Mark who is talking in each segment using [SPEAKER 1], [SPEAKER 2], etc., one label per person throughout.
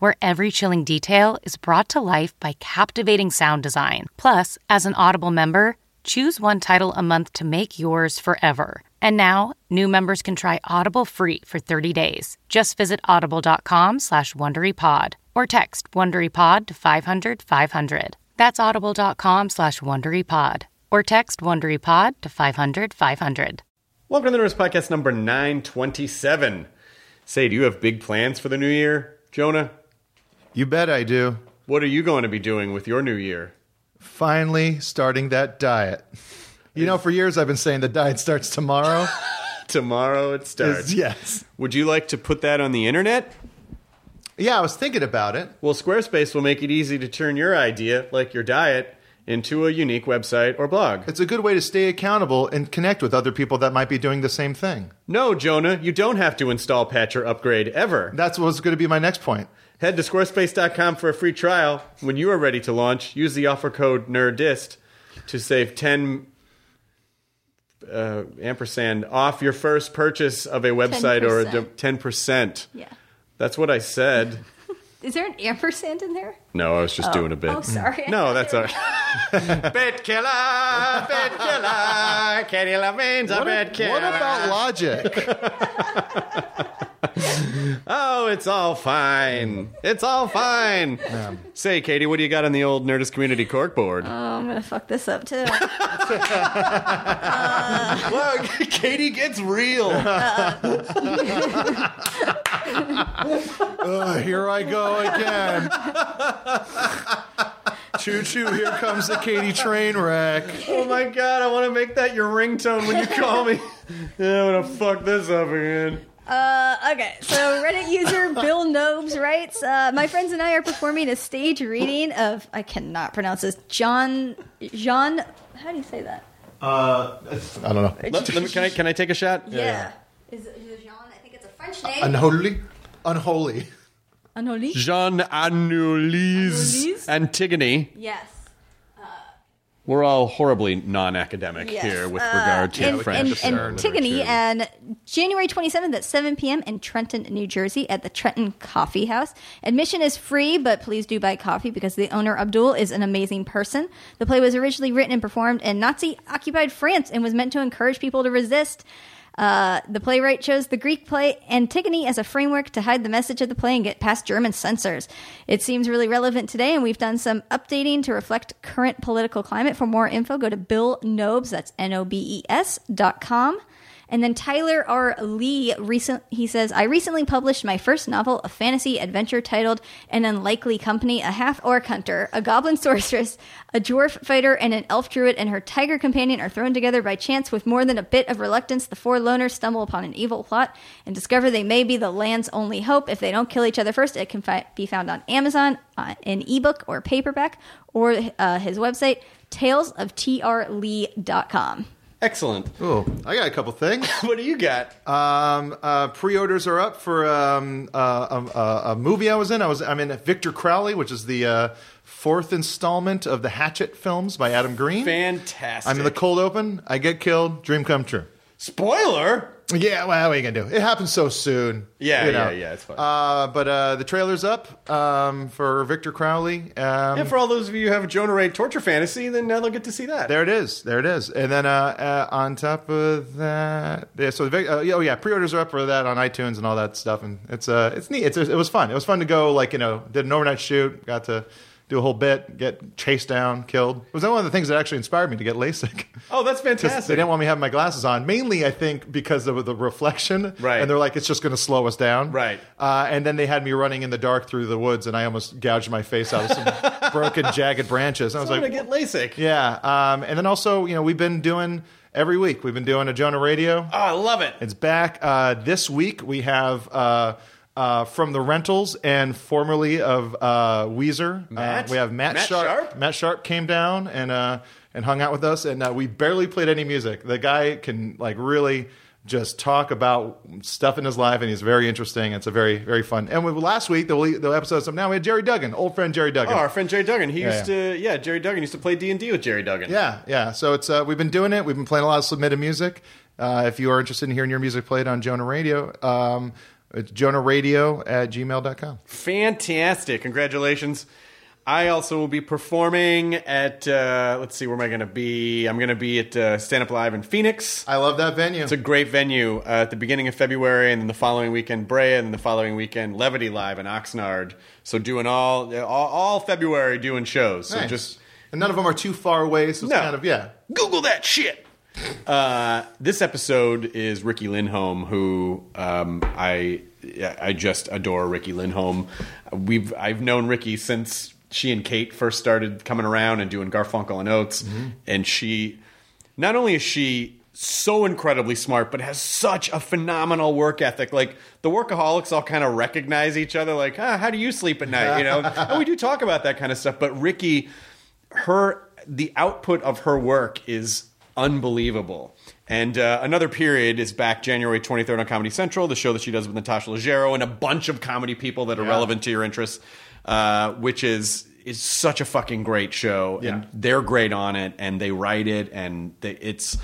[SPEAKER 1] where every chilling detail is brought to life by captivating sound design. Plus, as an Audible member, choose one title a month to make yours forever. And now, new members can try Audible free for 30 days. Just visit audible.com slash WonderyPod or text WonderyPod to 500 500. That's audible.com slash WonderyPod or text WonderyPod to 500 500.
[SPEAKER 2] Welcome to the Nerds Podcast number 927. Say, do you have big plans for the new year, Jonah?
[SPEAKER 3] You bet I do.
[SPEAKER 2] What are you going to be doing with your new year?
[SPEAKER 3] Finally starting that diet. You know, for years I've been saying the diet starts tomorrow.
[SPEAKER 2] Tomorrow it starts.
[SPEAKER 3] yes.
[SPEAKER 2] Would you like to put that on the internet?
[SPEAKER 3] Yeah, I was thinking about it.
[SPEAKER 2] Well, Squarespace will make it easy to turn your idea, like your diet, into a unique website or blog.
[SPEAKER 3] It's a good way to stay accountable and connect with other people that might be doing the same thing.
[SPEAKER 2] No, Jonah, you don't have to install, patch, or upgrade ever.
[SPEAKER 3] That's what was going to be my next point.
[SPEAKER 2] Head to squarespace.com for a free trial. When you are ready to launch, use the offer code NERDIST to save 10 uh, ampersand off your first purchase of a website or a d- 10%.
[SPEAKER 4] Yeah.
[SPEAKER 2] That's what I said.
[SPEAKER 4] Is there an ampersand in there?
[SPEAKER 2] No, I was just doing a bit.
[SPEAKER 4] Oh, sorry.
[SPEAKER 2] No, that's all right. bit killer, bit killer, Katie Levine's a bit killer.
[SPEAKER 3] What about logic?
[SPEAKER 2] Oh, it's all fine. It's all fine. Say, Katie, what do you got on the old Nerdist Community Corkboard?
[SPEAKER 4] Oh, I'm gonna fuck this up too.
[SPEAKER 2] Look, Katie gets real.
[SPEAKER 3] Uh, Ugh, here I go again. choo choo, here comes the Katie train wreck.
[SPEAKER 2] Oh my god, I want to make that your ringtone when you call me. Yeah, I'm gonna fuck this up again.
[SPEAKER 4] Uh, okay, so Reddit user Bill Nobes writes, uh, "My friends and I are performing a stage reading of I cannot pronounce this. John, Jean, how do you say that?
[SPEAKER 3] I don't know.
[SPEAKER 2] Let, let me, can I can I take a shot?
[SPEAKER 4] Yeah, Uh, is, it- is it Jean? I think it's a French name.
[SPEAKER 3] Unholy? Unholy.
[SPEAKER 4] Unholy?
[SPEAKER 2] Jean Anouilh's
[SPEAKER 4] Anouilh's?
[SPEAKER 2] Antigone.
[SPEAKER 4] Yes.
[SPEAKER 2] We're all horribly non-academic
[SPEAKER 4] Yes.
[SPEAKER 2] here with
[SPEAKER 4] Uh,
[SPEAKER 2] regard to
[SPEAKER 4] and,
[SPEAKER 2] French.
[SPEAKER 4] and, and Antigone and January 27th at 7 p.m. in Trenton, New Jersey at the Trenton Coffee House. Admission is free, but please do buy coffee because the owner, Abdul, is an amazing person. The play was originally written and performed in Nazi occupied France and was meant to encourage people to resist. Uh, the playwright chose the Greek play Antigone as a framework to hide the message of the play and get past German censors. It seems really relevant today, and we've done some updating to reflect current political climate. For more info, go to Bill Nobes, that's N O B E S dot com. And then Tyler R. Lee recent he says, I recently published my first novel, a fantasy adventure titled An Unlikely Company, a half orc hunter, a goblin sorceress, a dwarf fighter, and an elf druid and her tiger companion are thrown together by chance with more than a bit of reluctance. The four loners stumble upon an evil plot and discover they may be the land's only hope. If they don't kill each other first, it can fi- be found on Amazon, uh, in ebook or paperback, or uh, his website, talesoftr.lee.com.
[SPEAKER 2] Excellent.
[SPEAKER 3] Oh, I got a couple things.
[SPEAKER 2] What do you got?
[SPEAKER 3] Um, uh, pre-orders are up for um, uh, a, a- a movie I was in. I was I'm in Victor Crowley, which is the uh, fourth installment of the Hatchet films by Adam Green.
[SPEAKER 2] Fantastic.
[SPEAKER 3] I'm in the cold open. I get killed. Dream come true.
[SPEAKER 2] Spoiler.
[SPEAKER 3] Yeah, well, what are you gonna do? It happens so soon.
[SPEAKER 2] Yeah,
[SPEAKER 3] you
[SPEAKER 2] yeah,
[SPEAKER 3] know.
[SPEAKER 2] yeah. It's fine.
[SPEAKER 3] Uh, but uh, the trailer's up um, for Victor Crowley. Um,
[SPEAKER 2] and for all those of you who have a Jonah Ray torture fantasy, then now they'll get to see that.
[SPEAKER 3] There it is. There it is. And then uh, uh, on top of that, yeah, so the, big- uh, yeah, oh yeah, pre-orders are up for that on iTunes and all that stuff, and it's uh, it's neat. It's, it was fun. It was fun to go like you know did an overnight shoot, got to do a whole bit, get chased down, killed. It was one of the things that actually inspired me to get LASIK.
[SPEAKER 2] Oh, that's
[SPEAKER 3] 'Cause They
[SPEAKER 2] fantastic.
[SPEAKER 3] didn't want me having my glasses on, mainly I think because of the reflection.
[SPEAKER 2] Right.
[SPEAKER 3] And they're like, it's just going to slow us down.
[SPEAKER 2] Right.
[SPEAKER 3] Uh, and then they had me running in the dark through the woods, and I almost gouged my face out of some broken, jagged branches. And I was
[SPEAKER 2] I'm
[SPEAKER 3] like,
[SPEAKER 2] gonna get LASIK.
[SPEAKER 3] yeah. Um, and then also, you know, we've been doing every week. We've been doing a Jonah Radio.
[SPEAKER 2] Oh, I love it.
[SPEAKER 3] It's back uh, this week. We have uh, uh, from the rentals and formerly of uh, Weezer. uh,
[SPEAKER 2] Matt?
[SPEAKER 3] we have Matt,
[SPEAKER 2] Matt Sharp?
[SPEAKER 3] Matt Sharp came down and uh, and hung out with us, and uh, we barely played any music. The guy can like really just talk about stuff in his life, and he's very interesting. It's a very very fun. And with last week, the, e, the episode from now, we had Jerry Duggan, old friend Jerry Duggan.
[SPEAKER 2] Oh, our friend Jerry Duggan. He
[SPEAKER 3] Yeah,
[SPEAKER 2] used
[SPEAKER 3] yeah.
[SPEAKER 2] to, yeah, Jerry Duggan used to play D and D with Jerry Duggan.
[SPEAKER 3] Yeah, yeah. So it's uh, we've been doing it. We've been playing a lot of submitted music. Uh, if you are interested in hearing your music played on Jonah Radio, um, it's jonahradio at gmail.com.
[SPEAKER 2] fantastic! Congratulations. I also will be performing at. Uh, let's see, where am I going to be? I'm going to be at uh, Stand Up Live in Phoenix.
[SPEAKER 3] I love that venue.
[SPEAKER 2] It's a great venue uh, at the beginning of February, and then the following weekend Brea, and then the following weekend Levity Live in Oxnard. So doing all all, all February doing shows. So
[SPEAKER 3] Nice.
[SPEAKER 2] just
[SPEAKER 3] and none of them are too far away, so it's
[SPEAKER 2] No.
[SPEAKER 3] kind of yeah.
[SPEAKER 2] Google that shit. Uh, this episode is Ricky Lindholm, who um, I I just adore. Ricky Lindholm. We've I've known Ricky since she and Kate first started coming around and doing Garfunkel and Oates, and she not only is she so incredibly smart, but has such a phenomenal work ethic. Like the workaholics all kind of recognize each other. Like, ah, how do you sleep at night? You know, and we do talk about that kind of stuff. But Ricky, her the output of her work is unbelievable. And uh, another period is back January 23rd on Comedy Central, the show that she does with Natasha Leggero and a bunch of comedy people that are relevant to your interests, uh, which is is such a fucking great show.
[SPEAKER 3] Yeah.
[SPEAKER 2] And they're great on it, and they write it, and they, it's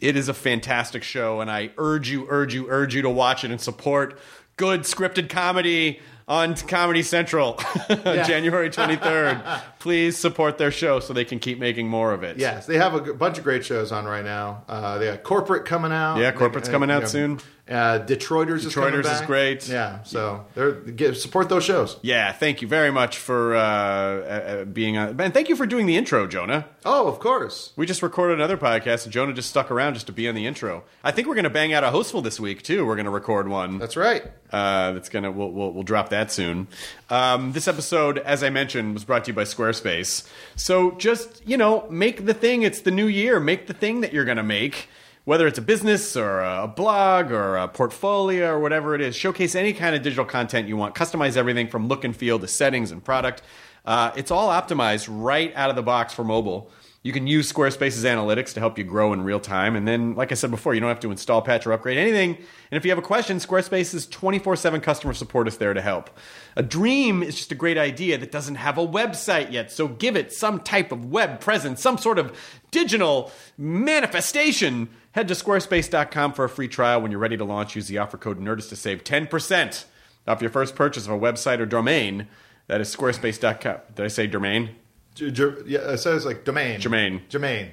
[SPEAKER 2] it is a fantastic show. And I urge you, urge you, urge you to watch it and support good scripted comedy on Comedy Central. January 23rd. Please support their show so they can keep making more of it.
[SPEAKER 3] Yes, they have a g- bunch of great shows on right now. Uh, they got Corporate coming out.
[SPEAKER 2] Yeah, Corporate's coming out soon.
[SPEAKER 3] Uh, Detroiters, is coming
[SPEAKER 2] Detroiters is
[SPEAKER 3] back.
[SPEAKER 2] great.
[SPEAKER 3] Yeah, so they're get, support those shows.
[SPEAKER 2] Yeah, thank you very much for uh, uh, uh, being on. And thank you for doing the intro, Jonah.
[SPEAKER 3] Oh, of course.
[SPEAKER 2] We just recorded another podcast, and Jonah just stuck around just to be on the intro. I think we're going to bang out a hostful this week, too. We're going to record one.
[SPEAKER 3] That's right.
[SPEAKER 2] uh, that's gonna we'll, we'll, we'll drop that soon. Um, this episode, as I mentioned, was brought to you by Squarespace. So just you know, make the thing. It's the new year. Make the thing that you're gonna make. Whether it's a business or a blog or a portfolio or whatever it is, showcase any kind of digital content you want. Customize everything from look and feel to settings and product. Uh, it's all optimized right out of the box for mobile. You can use Squarespace's analytics to help you grow in real time. And then, like I said before, you don't have to install, patch, or upgrade anything. And if you have a question, Squarespace's 24 7 customer support is there to help. A dream is just a great idea that doesn't have a website yet. So give it some type of web presence, some sort of digital manifestation. Head to squarespace.com for a free trial. When you're ready to launch, use the offer code NERDIS to save 10% off your first purchase of a website or domain. That is squarespace.com. Did I say domain?
[SPEAKER 3] J- J- yeah, it says like Domain.
[SPEAKER 2] Jermaine.
[SPEAKER 3] Jermaine.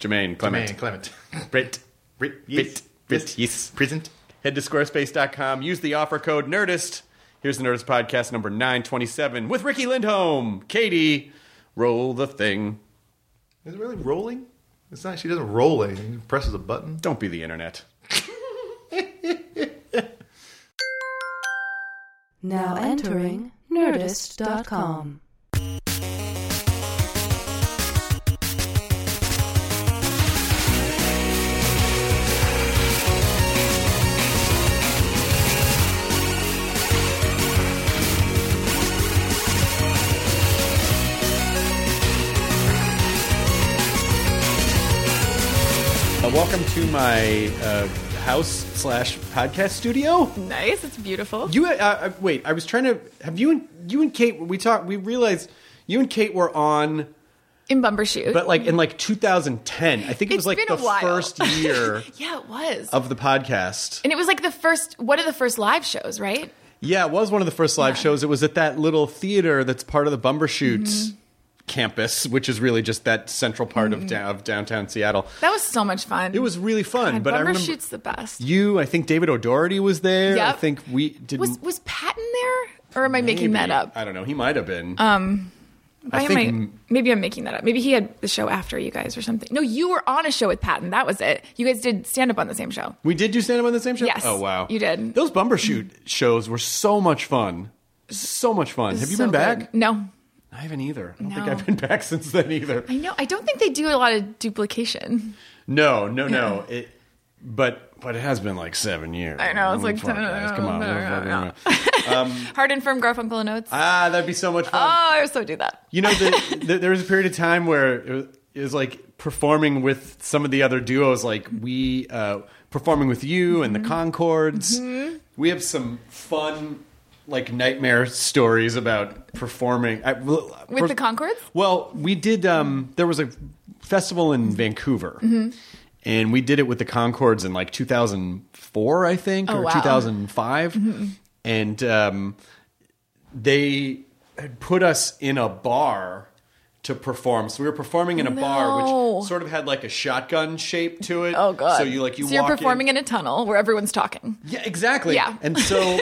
[SPEAKER 2] Jermaine, Clement.
[SPEAKER 3] Jermaine Clement.
[SPEAKER 2] Brit.
[SPEAKER 3] Brit,
[SPEAKER 2] Brit. Brit. Yes.
[SPEAKER 3] Present.
[SPEAKER 2] Head to squarespace.com. Use the offer code NERDIST. Here's the Nerdist Podcast number 927 with Ricky Lindholm. Katie, roll the thing.
[SPEAKER 3] Is it really rolling? It's not. She doesn't roll anything. She presses a button.
[SPEAKER 2] Don't be the internet.
[SPEAKER 5] Now entering Nerdist.com.
[SPEAKER 2] Uh, welcome to my uh, house slash podcast studio.
[SPEAKER 6] Nice. It's beautiful.
[SPEAKER 2] You uh, uh, wait. I was trying to. Have you and you and Kate? We talked. We realized you and Kate were on,
[SPEAKER 6] in Bumbershoot.
[SPEAKER 2] but like in like 2010. I think it was
[SPEAKER 6] It's
[SPEAKER 2] like
[SPEAKER 6] been
[SPEAKER 2] the
[SPEAKER 6] a while.
[SPEAKER 2] first year
[SPEAKER 6] yeah, it was.
[SPEAKER 2] of the podcast.
[SPEAKER 6] and it was like the first, one of the first live shows, right?
[SPEAKER 2] Yeah, it was one of the first live shows. It was at that little theater that's part of the Bumbershoot
[SPEAKER 6] Mm-hmm.
[SPEAKER 2] campus, which is really just that central part of, down, of downtown Seattle.
[SPEAKER 6] That was so much fun.
[SPEAKER 2] It was really fun,
[SPEAKER 6] God,
[SPEAKER 2] but I remember
[SPEAKER 6] Bumbershoot's the best.
[SPEAKER 2] you. I think David O'Doherty was there. I
[SPEAKER 6] Yep.
[SPEAKER 2] think we did.
[SPEAKER 6] was was Patton there, or am I making
[SPEAKER 2] maybe-
[SPEAKER 6] that up? Um,
[SPEAKER 2] I don't know. He might have been.
[SPEAKER 6] Why am
[SPEAKER 7] think-
[SPEAKER 6] I? Maybe I'm making that up. Maybe he had the show after you guys or something. No, you were on a show with Patton. That was it. You guys did stand up on the same show.
[SPEAKER 2] We did do stand up on the same show?
[SPEAKER 6] Yes,
[SPEAKER 2] Oh, wow.
[SPEAKER 6] you did.
[SPEAKER 2] Those bumper shoot shows were so much fun. So much fun. Have you
[SPEAKER 6] So
[SPEAKER 2] been back?
[SPEAKER 6] good. No,
[SPEAKER 2] I haven't either. I don't think
[SPEAKER 6] No.
[SPEAKER 2] I've been back since then either.
[SPEAKER 6] I know. I don't think they do a lot of duplication.
[SPEAKER 2] No, no, no. It, but but it has been like seven years.
[SPEAKER 6] I know. It's like
[SPEAKER 2] Come on, guys. Come on.
[SPEAKER 6] no, Hard and firm, Garfunkel and Oates.
[SPEAKER 2] Um, Ah, that'd be so much fun.
[SPEAKER 6] oh, I so do that.
[SPEAKER 2] You know, the, the, there was a period of time where it was, it was like performing with some of the other duos, like we uh, performing with you and the
[SPEAKER 6] Mm-hmm.
[SPEAKER 2] Concords. We have some fun, like nightmare stories about performing I, with
[SPEAKER 6] With the Concords?
[SPEAKER 2] Well, we did. Um, there was a festival in Vancouver,
[SPEAKER 6] Mm-hmm.
[SPEAKER 2] and we did it with the Concords in like 2004, I think,
[SPEAKER 6] Oh,
[SPEAKER 2] or
[SPEAKER 6] wow. Mm-hmm.
[SPEAKER 2] 2005, and. Um, they had put us in a bar to perform. So we were performing in a bar,
[SPEAKER 6] No.
[SPEAKER 2] which sort of had like a shotgun shape to it.
[SPEAKER 6] Oh god.
[SPEAKER 2] So you like you
[SPEAKER 6] So
[SPEAKER 2] walk
[SPEAKER 6] you're performing
[SPEAKER 2] in.
[SPEAKER 6] in. a tunnel where everyone's talking.
[SPEAKER 2] Yeah, exactly.
[SPEAKER 6] Yeah.
[SPEAKER 2] And so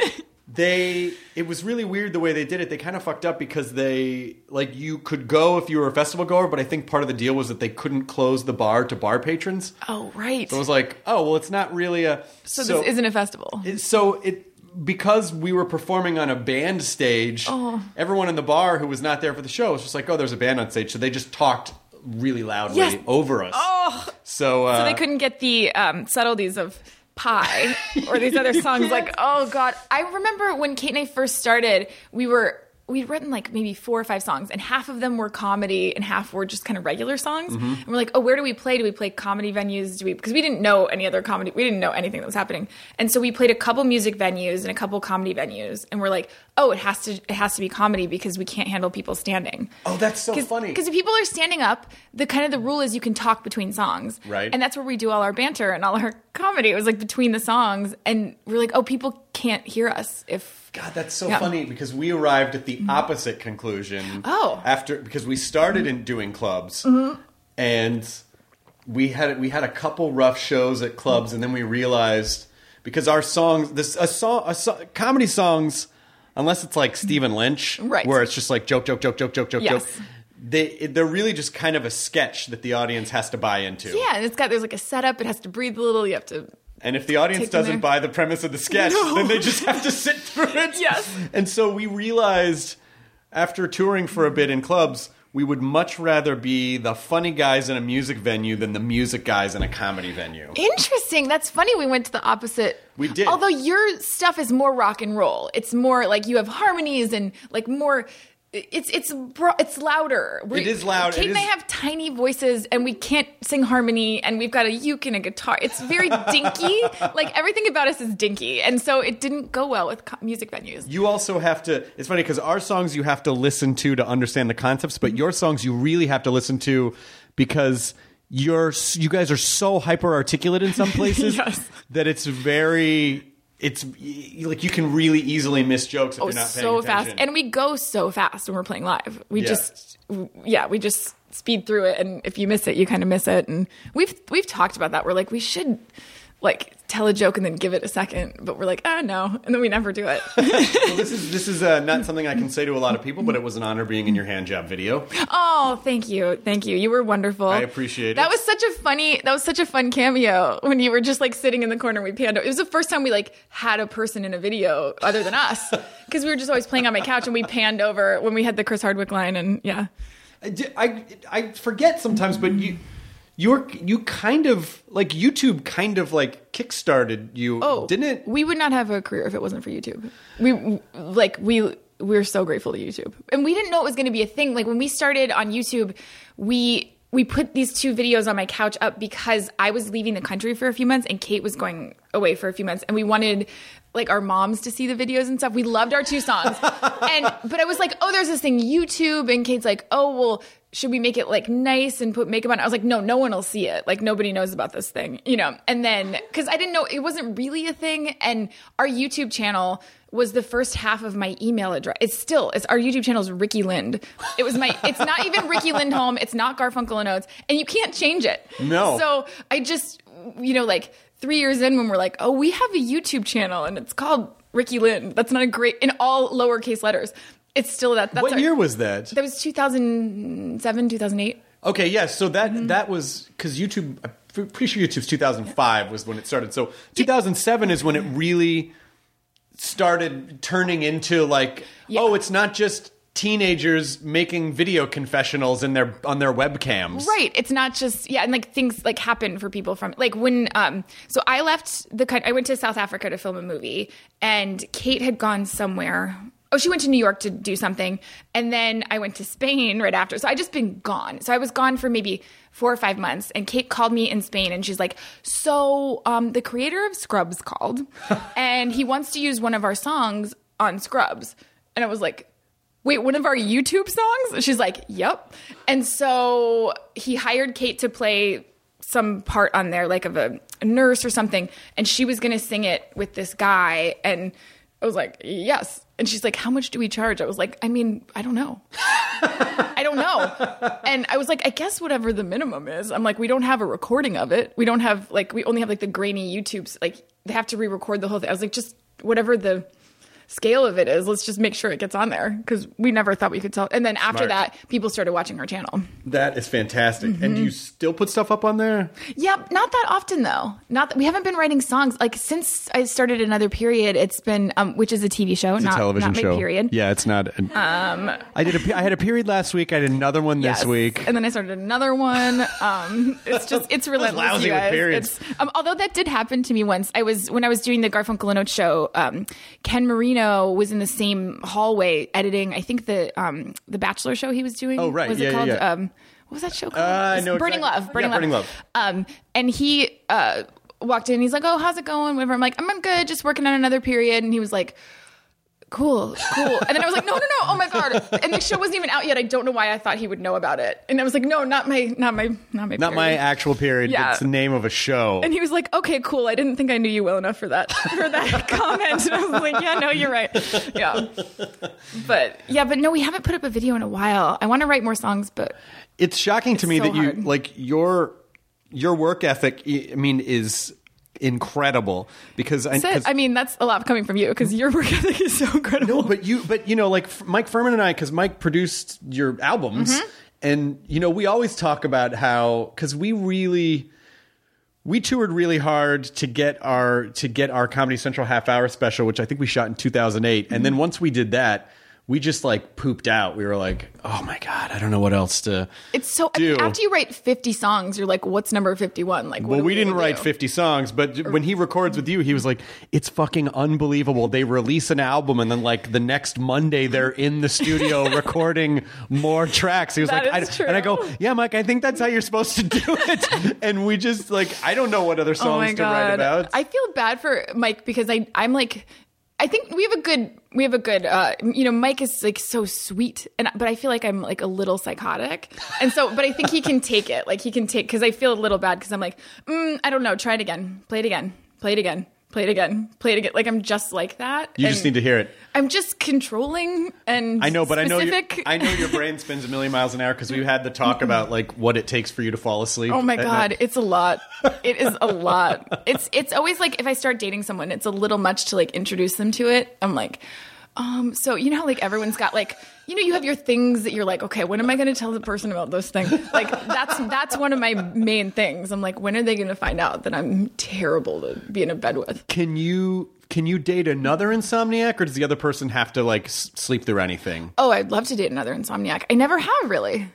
[SPEAKER 2] they it was really weird the way they did it. They kind of fucked up because they like you could go if you were a festival goer, but I think part of the deal was that they couldn't close the bar to bar patrons.
[SPEAKER 6] Oh right.
[SPEAKER 2] So it was like, oh well, it's not really a.
[SPEAKER 6] so, this isn't a festival.
[SPEAKER 2] It- so it because we were performing on a band stage
[SPEAKER 6] Oh.
[SPEAKER 2] everyone in the bar who was not there for the show was just like oh there's a band on stage so they just talked really loudly
[SPEAKER 6] Yes.
[SPEAKER 2] over us
[SPEAKER 6] Oh.
[SPEAKER 2] so, uh,
[SPEAKER 6] so they couldn't get the um, subtleties of pie or these other songs like oh god i remember when kate and i first started we were we'd written like maybe four or five songs and half of them were comedy and half were just kind of regular songs
[SPEAKER 2] Mm-hmm.
[SPEAKER 6] and we're like oh where do we play do we play comedy venues do we because we didn't know any other comedy we didn't know anything that was happening and so we played a couple music venues and a couple comedy venues and we're like oh it has to it has to be comedy because we can't handle people standing
[SPEAKER 2] oh that's so
[SPEAKER 6] because
[SPEAKER 2] funny
[SPEAKER 6] if people are standing up, the kind of the rule is you can talk between songs,
[SPEAKER 2] Right.
[SPEAKER 6] And that's where we do all our banter and all our comedy. It was like between the songs, and we're like, oh, people can't hear us if
[SPEAKER 2] God, that's so
[SPEAKER 6] Yeah. Mm-hmm.
[SPEAKER 2] funny because we arrived at the opposite conclusion.
[SPEAKER 6] Oh. Mm-hmm.
[SPEAKER 2] after because we started in doing clubs, and we had we had a couple rough shows at clubs, and then we realized because our songs, this a song, a so- comedy songs, unless it's like Stephen Lynch,
[SPEAKER 6] Right.
[SPEAKER 2] where it's just like joke, joke, joke, joke, joke, joke,
[SPEAKER 6] Yes.
[SPEAKER 2] joke. They they're really just kind of a sketch that the audience has to buy into.
[SPEAKER 6] yeah. And it's got there's like a setup. It has to breathe a little. You have to.
[SPEAKER 2] And if the audience
[SPEAKER 6] Take them
[SPEAKER 2] doesn't
[SPEAKER 6] there.
[SPEAKER 2] buy the premise of the sketch,
[SPEAKER 6] No.
[SPEAKER 2] then they just have to sit through it.
[SPEAKER 6] Yes.
[SPEAKER 2] And so we realized after touring for a bit in clubs, we would much rather be the funny guys in a music venue than the music guys in a comedy venue.
[SPEAKER 6] Interesting. That's funny. We went to the opposite.
[SPEAKER 2] We did.
[SPEAKER 6] Although your stuff is more rock and roll. It's more like you have harmonies and like more. It's it's bro- it's louder. we
[SPEAKER 2] It is loud.
[SPEAKER 6] Kate
[SPEAKER 2] It
[SPEAKER 6] and I
[SPEAKER 2] is-
[SPEAKER 6] have tiny voices, and we can't sing harmony. And we've got a uke and a guitar. It's very dinky. Like everything about us is dinky, and so it didn't go well with co- music venues.
[SPEAKER 2] You also have to, it's funny because our songs you have to listen to to understand the concepts,
[SPEAKER 6] Mm-hmm.
[SPEAKER 2] but your songs you really have to listen to because you're, s- you guys are so hyper articulate in some places
[SPEAKER 6] Yes.
[SPEAKER 2] that it's very. It's y- like you can really easily miss jokes if
[SPEAKER 6] oh,
[SPEAKER 2] you're not paying
[SPEAKER 6] so
[SPEAKER 2] attention.
[SPEAKER 6] fast, and we go so fast when we're playing live. We
[SPEAKER 2] Yeah.
[SPEAKER 6] just, yeah, we just speed through it, and if you miss it, you kind of miss it. And we've we've talked about that. We're like, we should like tell a joke and then give it a second, but we're like, ah, no, and then we never do it.
[SPEAKER 2] Well, this is this is uh, not something I can say to a lot of people, but it was an honor being in your hand job video.
[SPEAKER 6] oh, thank you, thank you. You were wonderful.
[SPEAKER 2] I appreciate
[SPEAKER 6] That
[SPEAKER 2] it.
[SPEAKER 6] was such a funny. That was such a fun cameo when you were just like sitting in the corner. We panned. over- It was the first time we like had a person in a video other than us because we were just always playing on my couch and we panned over when we had the Chris Hardwick line and yeah.
[SPEAKER 2] I di- I, I forget sometimes, but you you're you kind of like YouTube kind of like kickstarted you,
[SPEAKER 6] Oh,
[SPEAKER 2] didn't it?
[SPEAKER 6] We would not have a career if it wasn't for YouTube. We like we we're so grateful to YouTube, and we didn't know it was going to be a thing. Like when we started on YouTube, we we put these two videos on my couch up because I was leaving the country for a few months and Kate was going away for a few months, and we wanted like our moms to see the videos and stuff. We loved our two songs, and but I was like, oh, there's this thing YouTube, and Kate's like, oh, well. Should we make it like nice and put makeup on? it? I was like, no, no one will see it. Like nobody knows about this thing, you know. And then because I didn't know it wasn't really a thing, and our YouTube channel was the first half of my email address. It's still it's our YouTube channel is Ricky Lind. It was my. It's not even Ricky Lindholm. It's not Garfunkel and Oates, and you can't change it.
[SPEAKER 2] No.
[SPEAKER 6] So I just you know like three years in when we're like, oh, we have a YouTube channel and it's called Ricky Lind. That's not a great in all lowercase letters. It's still that. That's
[SPEAKER 2] what
[SPEAKER 6] our-
[SPEAKER 2] year was that?
[SPEAKER 6] That was 2007, 2008.
[SPEAKER 2] Okay, yes. so that
[SPEAKER 6] Mm-hmm.
[SPEAKER 2] that was because YouTube. I'm pre- pretty sure YouTube's 2005 was when it started. So 2007 is when it really started turning into like, oh, it's not just teenagers making video confessionals in their on their webcams.
[SPEAKER 6] Right. It's not just yeah, and like things like happen for people from like when um so I left the coun- I went to South Africa to film a movie and Kate had gone somewhere. Oh, she went to New York to do something and then I went to Spain right after. So I just been gone. So I was gone for maybe 4 or 5 months and Kate called me in Spain and she's like, "So, um the creator of Scrubs called and he wants to use one of our songs on Scrubs." And I was like, wait, one of our YouTube songs? She's like, yep. And so he hired Kate to play some part on there, like of a nurse or something. And she was going to sing it with this guy. And I was like, yes. And she's like, how much do we charge? I was like, I mean, I don't know. I don't know. And I was like, I guess whatever the minimum is. I'm like, we don't have a recording of it. We don't have, like, we only have like the grainy YouTubes. Like, they have to re record the whole thing. I was like, just whatever the scale of it is. Let's just make sure it gets on there because we never thought we could tell. And then after
[SPEAKER 2] Smart.
[SPEAKER 6] that, people started watching our channel.
[SPEAKER 2] That is fantastic. And do
[SPEAKER 6] Mm-hmm.
[SPEAKER 2] you still put stuff up on there?
[SPEAKER 6] Yeah, not that often though. Not that we haven't been writing songs like since I started another period. It's been um, which is a TV show,
[SPEAKER 2] It's
[SPEAKER 6] not
[SPEAKER 2] a television
[SPEAKER 6] not my
[SPEAKER 2] show.
[SPEAKER 6] period.
[SPEAKER 2] Yeah, it's not. Um, I did. A, pe- I had a period last week. I did another one this
[SPEAKER 6] Yes.
[SPEAKER 2] week.
[SPEAKER 6] and then I started another one. Um, it's just it's relentless.
[SPEAKER 2] lousy
[SPEAKER 6] you
[SPEAKER 2] with
[SPEAKER 6] guys.
[SPEAKER 2] periods.
[SPEAKER 6] It's- um, although that did happen to me once. I was when I was doing the Garfunkel and Oates show. Um, Ken Marino was in the same hallway editing. I think the um, the Bachelor show he was doing.
[SPEAKER 2] Oh, right.
[SPEAKER 6] was
[SPEAKER 2] Yeah,
[SPEAKER 6] it
[SPEAKER 2] yeah,
[SPEAKER 6] called?
[SPEAKER 2] yeah. Uh,
[SPEAKER 6] Um, what was that show called?
[SPEAKER 2] I know
[SPEAKER 6] Burning
[SPEAKER 2] exactly-
[SPEAKER 6] Love.
[SPEAKER 2] yeah,
[SPEAKER 6] Burning Love.
[SPEAKER 2] Burning Love.
[SPEAKER 6] Um, and he uh, walked in. He's like, "Oh, how's it going?" Whatever. I'm like, "I'm I'm good. Just working on another period." And he was like cool, cool. And then I was like, no, no, no, oh my god! And the show wasn't even out yet. I don't know why I thought he would know about it. And I was like, no, not my, not my, not my,
[SPEAKER 2] Not my
[SPEAKER 6] period.
[SPEAKER 2] actual period.
[SPEAKER 6] Yeah.
[SPEAKER 2] It's the name of a show.
[SPEAKER 6] And he was like, okay, cool. I didn't think I knew you well enough for that for that comment. And I was like, yeah, no, you're right. Yeah, but yeah, but no, we haven't put up a video in a while. I want to write more songs, but
[SPEAKER 2] it's shocking to me
[SPEAKER 6] so
[SPEAKER 2] that you
[SPEAKER 6] hard.
[SPEAKER 2] like your your work ethic. I I mean, is incredible because I,
[SPEAKER 6] that's it.
[SPEAKER 2] 'cause-
[SPEAKER 6] I mean, that's a lot coming from you because your work ethic is so
[SPEAKER 2] no,
[SPEAKER 6] incredible.
[SPEAKER 2] but you but you know like F- Mike Furman and I because Mike produced your albums
[SPEAKER 6] Mm-hmm.
[SPEAKER 2] and you know we always talk about how because we really. we toured really hard to get our to get our Comedy Central half hour special, which I think we shot in 2008. And
[SPEAKER 6] Mm-hmm.
[SPEAKER 2] then once we did that, we just like pooped out. We were like, "Oh my god, I don't know what else to."
[SPEAKER 6] It's so
[SPEAKER 2] do.
[SPEAKER 6] after you write fifty songs, you're like, what's number fifty one? Like, what
[SPEAKER 2] well,
[SPEAKER 6] are
[SPEAKER 2] we didn't
[SPEAKER 6] gonna
[SPEAKER 2] write
[SPEAKER 6] do?
[SPEAKER 2] 50 songs,
[SPEAKER 6] Er,
[SPEAKER 2] but when he records with you, he was like, "It's fucking unbelievable." They release an album, and then like the next Monday, they're in the studio recording more tracks. He was
[SPEAKER 6] That
[SPEAKER 2] like,
[SPEAKER 6] is
[SPEAKER 2] I,
[SPEAKER 6] true.
[SPEAKER 2] "And I go, yeah, Mike, I think that's how you're supposed to do it." and we just like, I don't know what other songs to write about.
[SPEAKER 6] Oh I feel bad for Mike because I I'm like I think we have a good we have a good uh you know Mike is like so sweet and but I feel like I'm like a little psychotic. And so but I think he can take it. Like he can take cuz I feel a little bad cuz I'm like mm, I don't know, try it again. Play it again. Play it again. Play it again. Play it again. Like I'm just like that.
[SPEAKER 2] you just need to hear it.
[SPEAKER 6] I'm just controlling and
[SPEAKER 2] I know, but
[SPEAKER 6] specific.
[SPEAKER 2] I know your, I know your brain spins a million miles an hour because we had the talk about like what it takes for you to fall asleep.
[SPEAKER 6] Oh my
[SPEAKER 2] at
[SPEAKER 6] god,
[SPEAKER 2] night.
[SPEAKER 6] it's a lot. It is a lot. It's it's always like if I start dating someone, it's a little much to like introduce them to it. I'm like, um, so you know how like everyone's got like you know you have your things that you're like, okay, when am I going to tell the person about this thing? Like that's that's one of my main things. I'm like, when are they going to find out that I'm terrible to be in a bed with?
[SPEAKER 2] Can you can you date another insomniac, or does the other person have to like s- sleep through anything?
[SPEAKER 6] Oh, I'd love to date another insomniac. I never have really.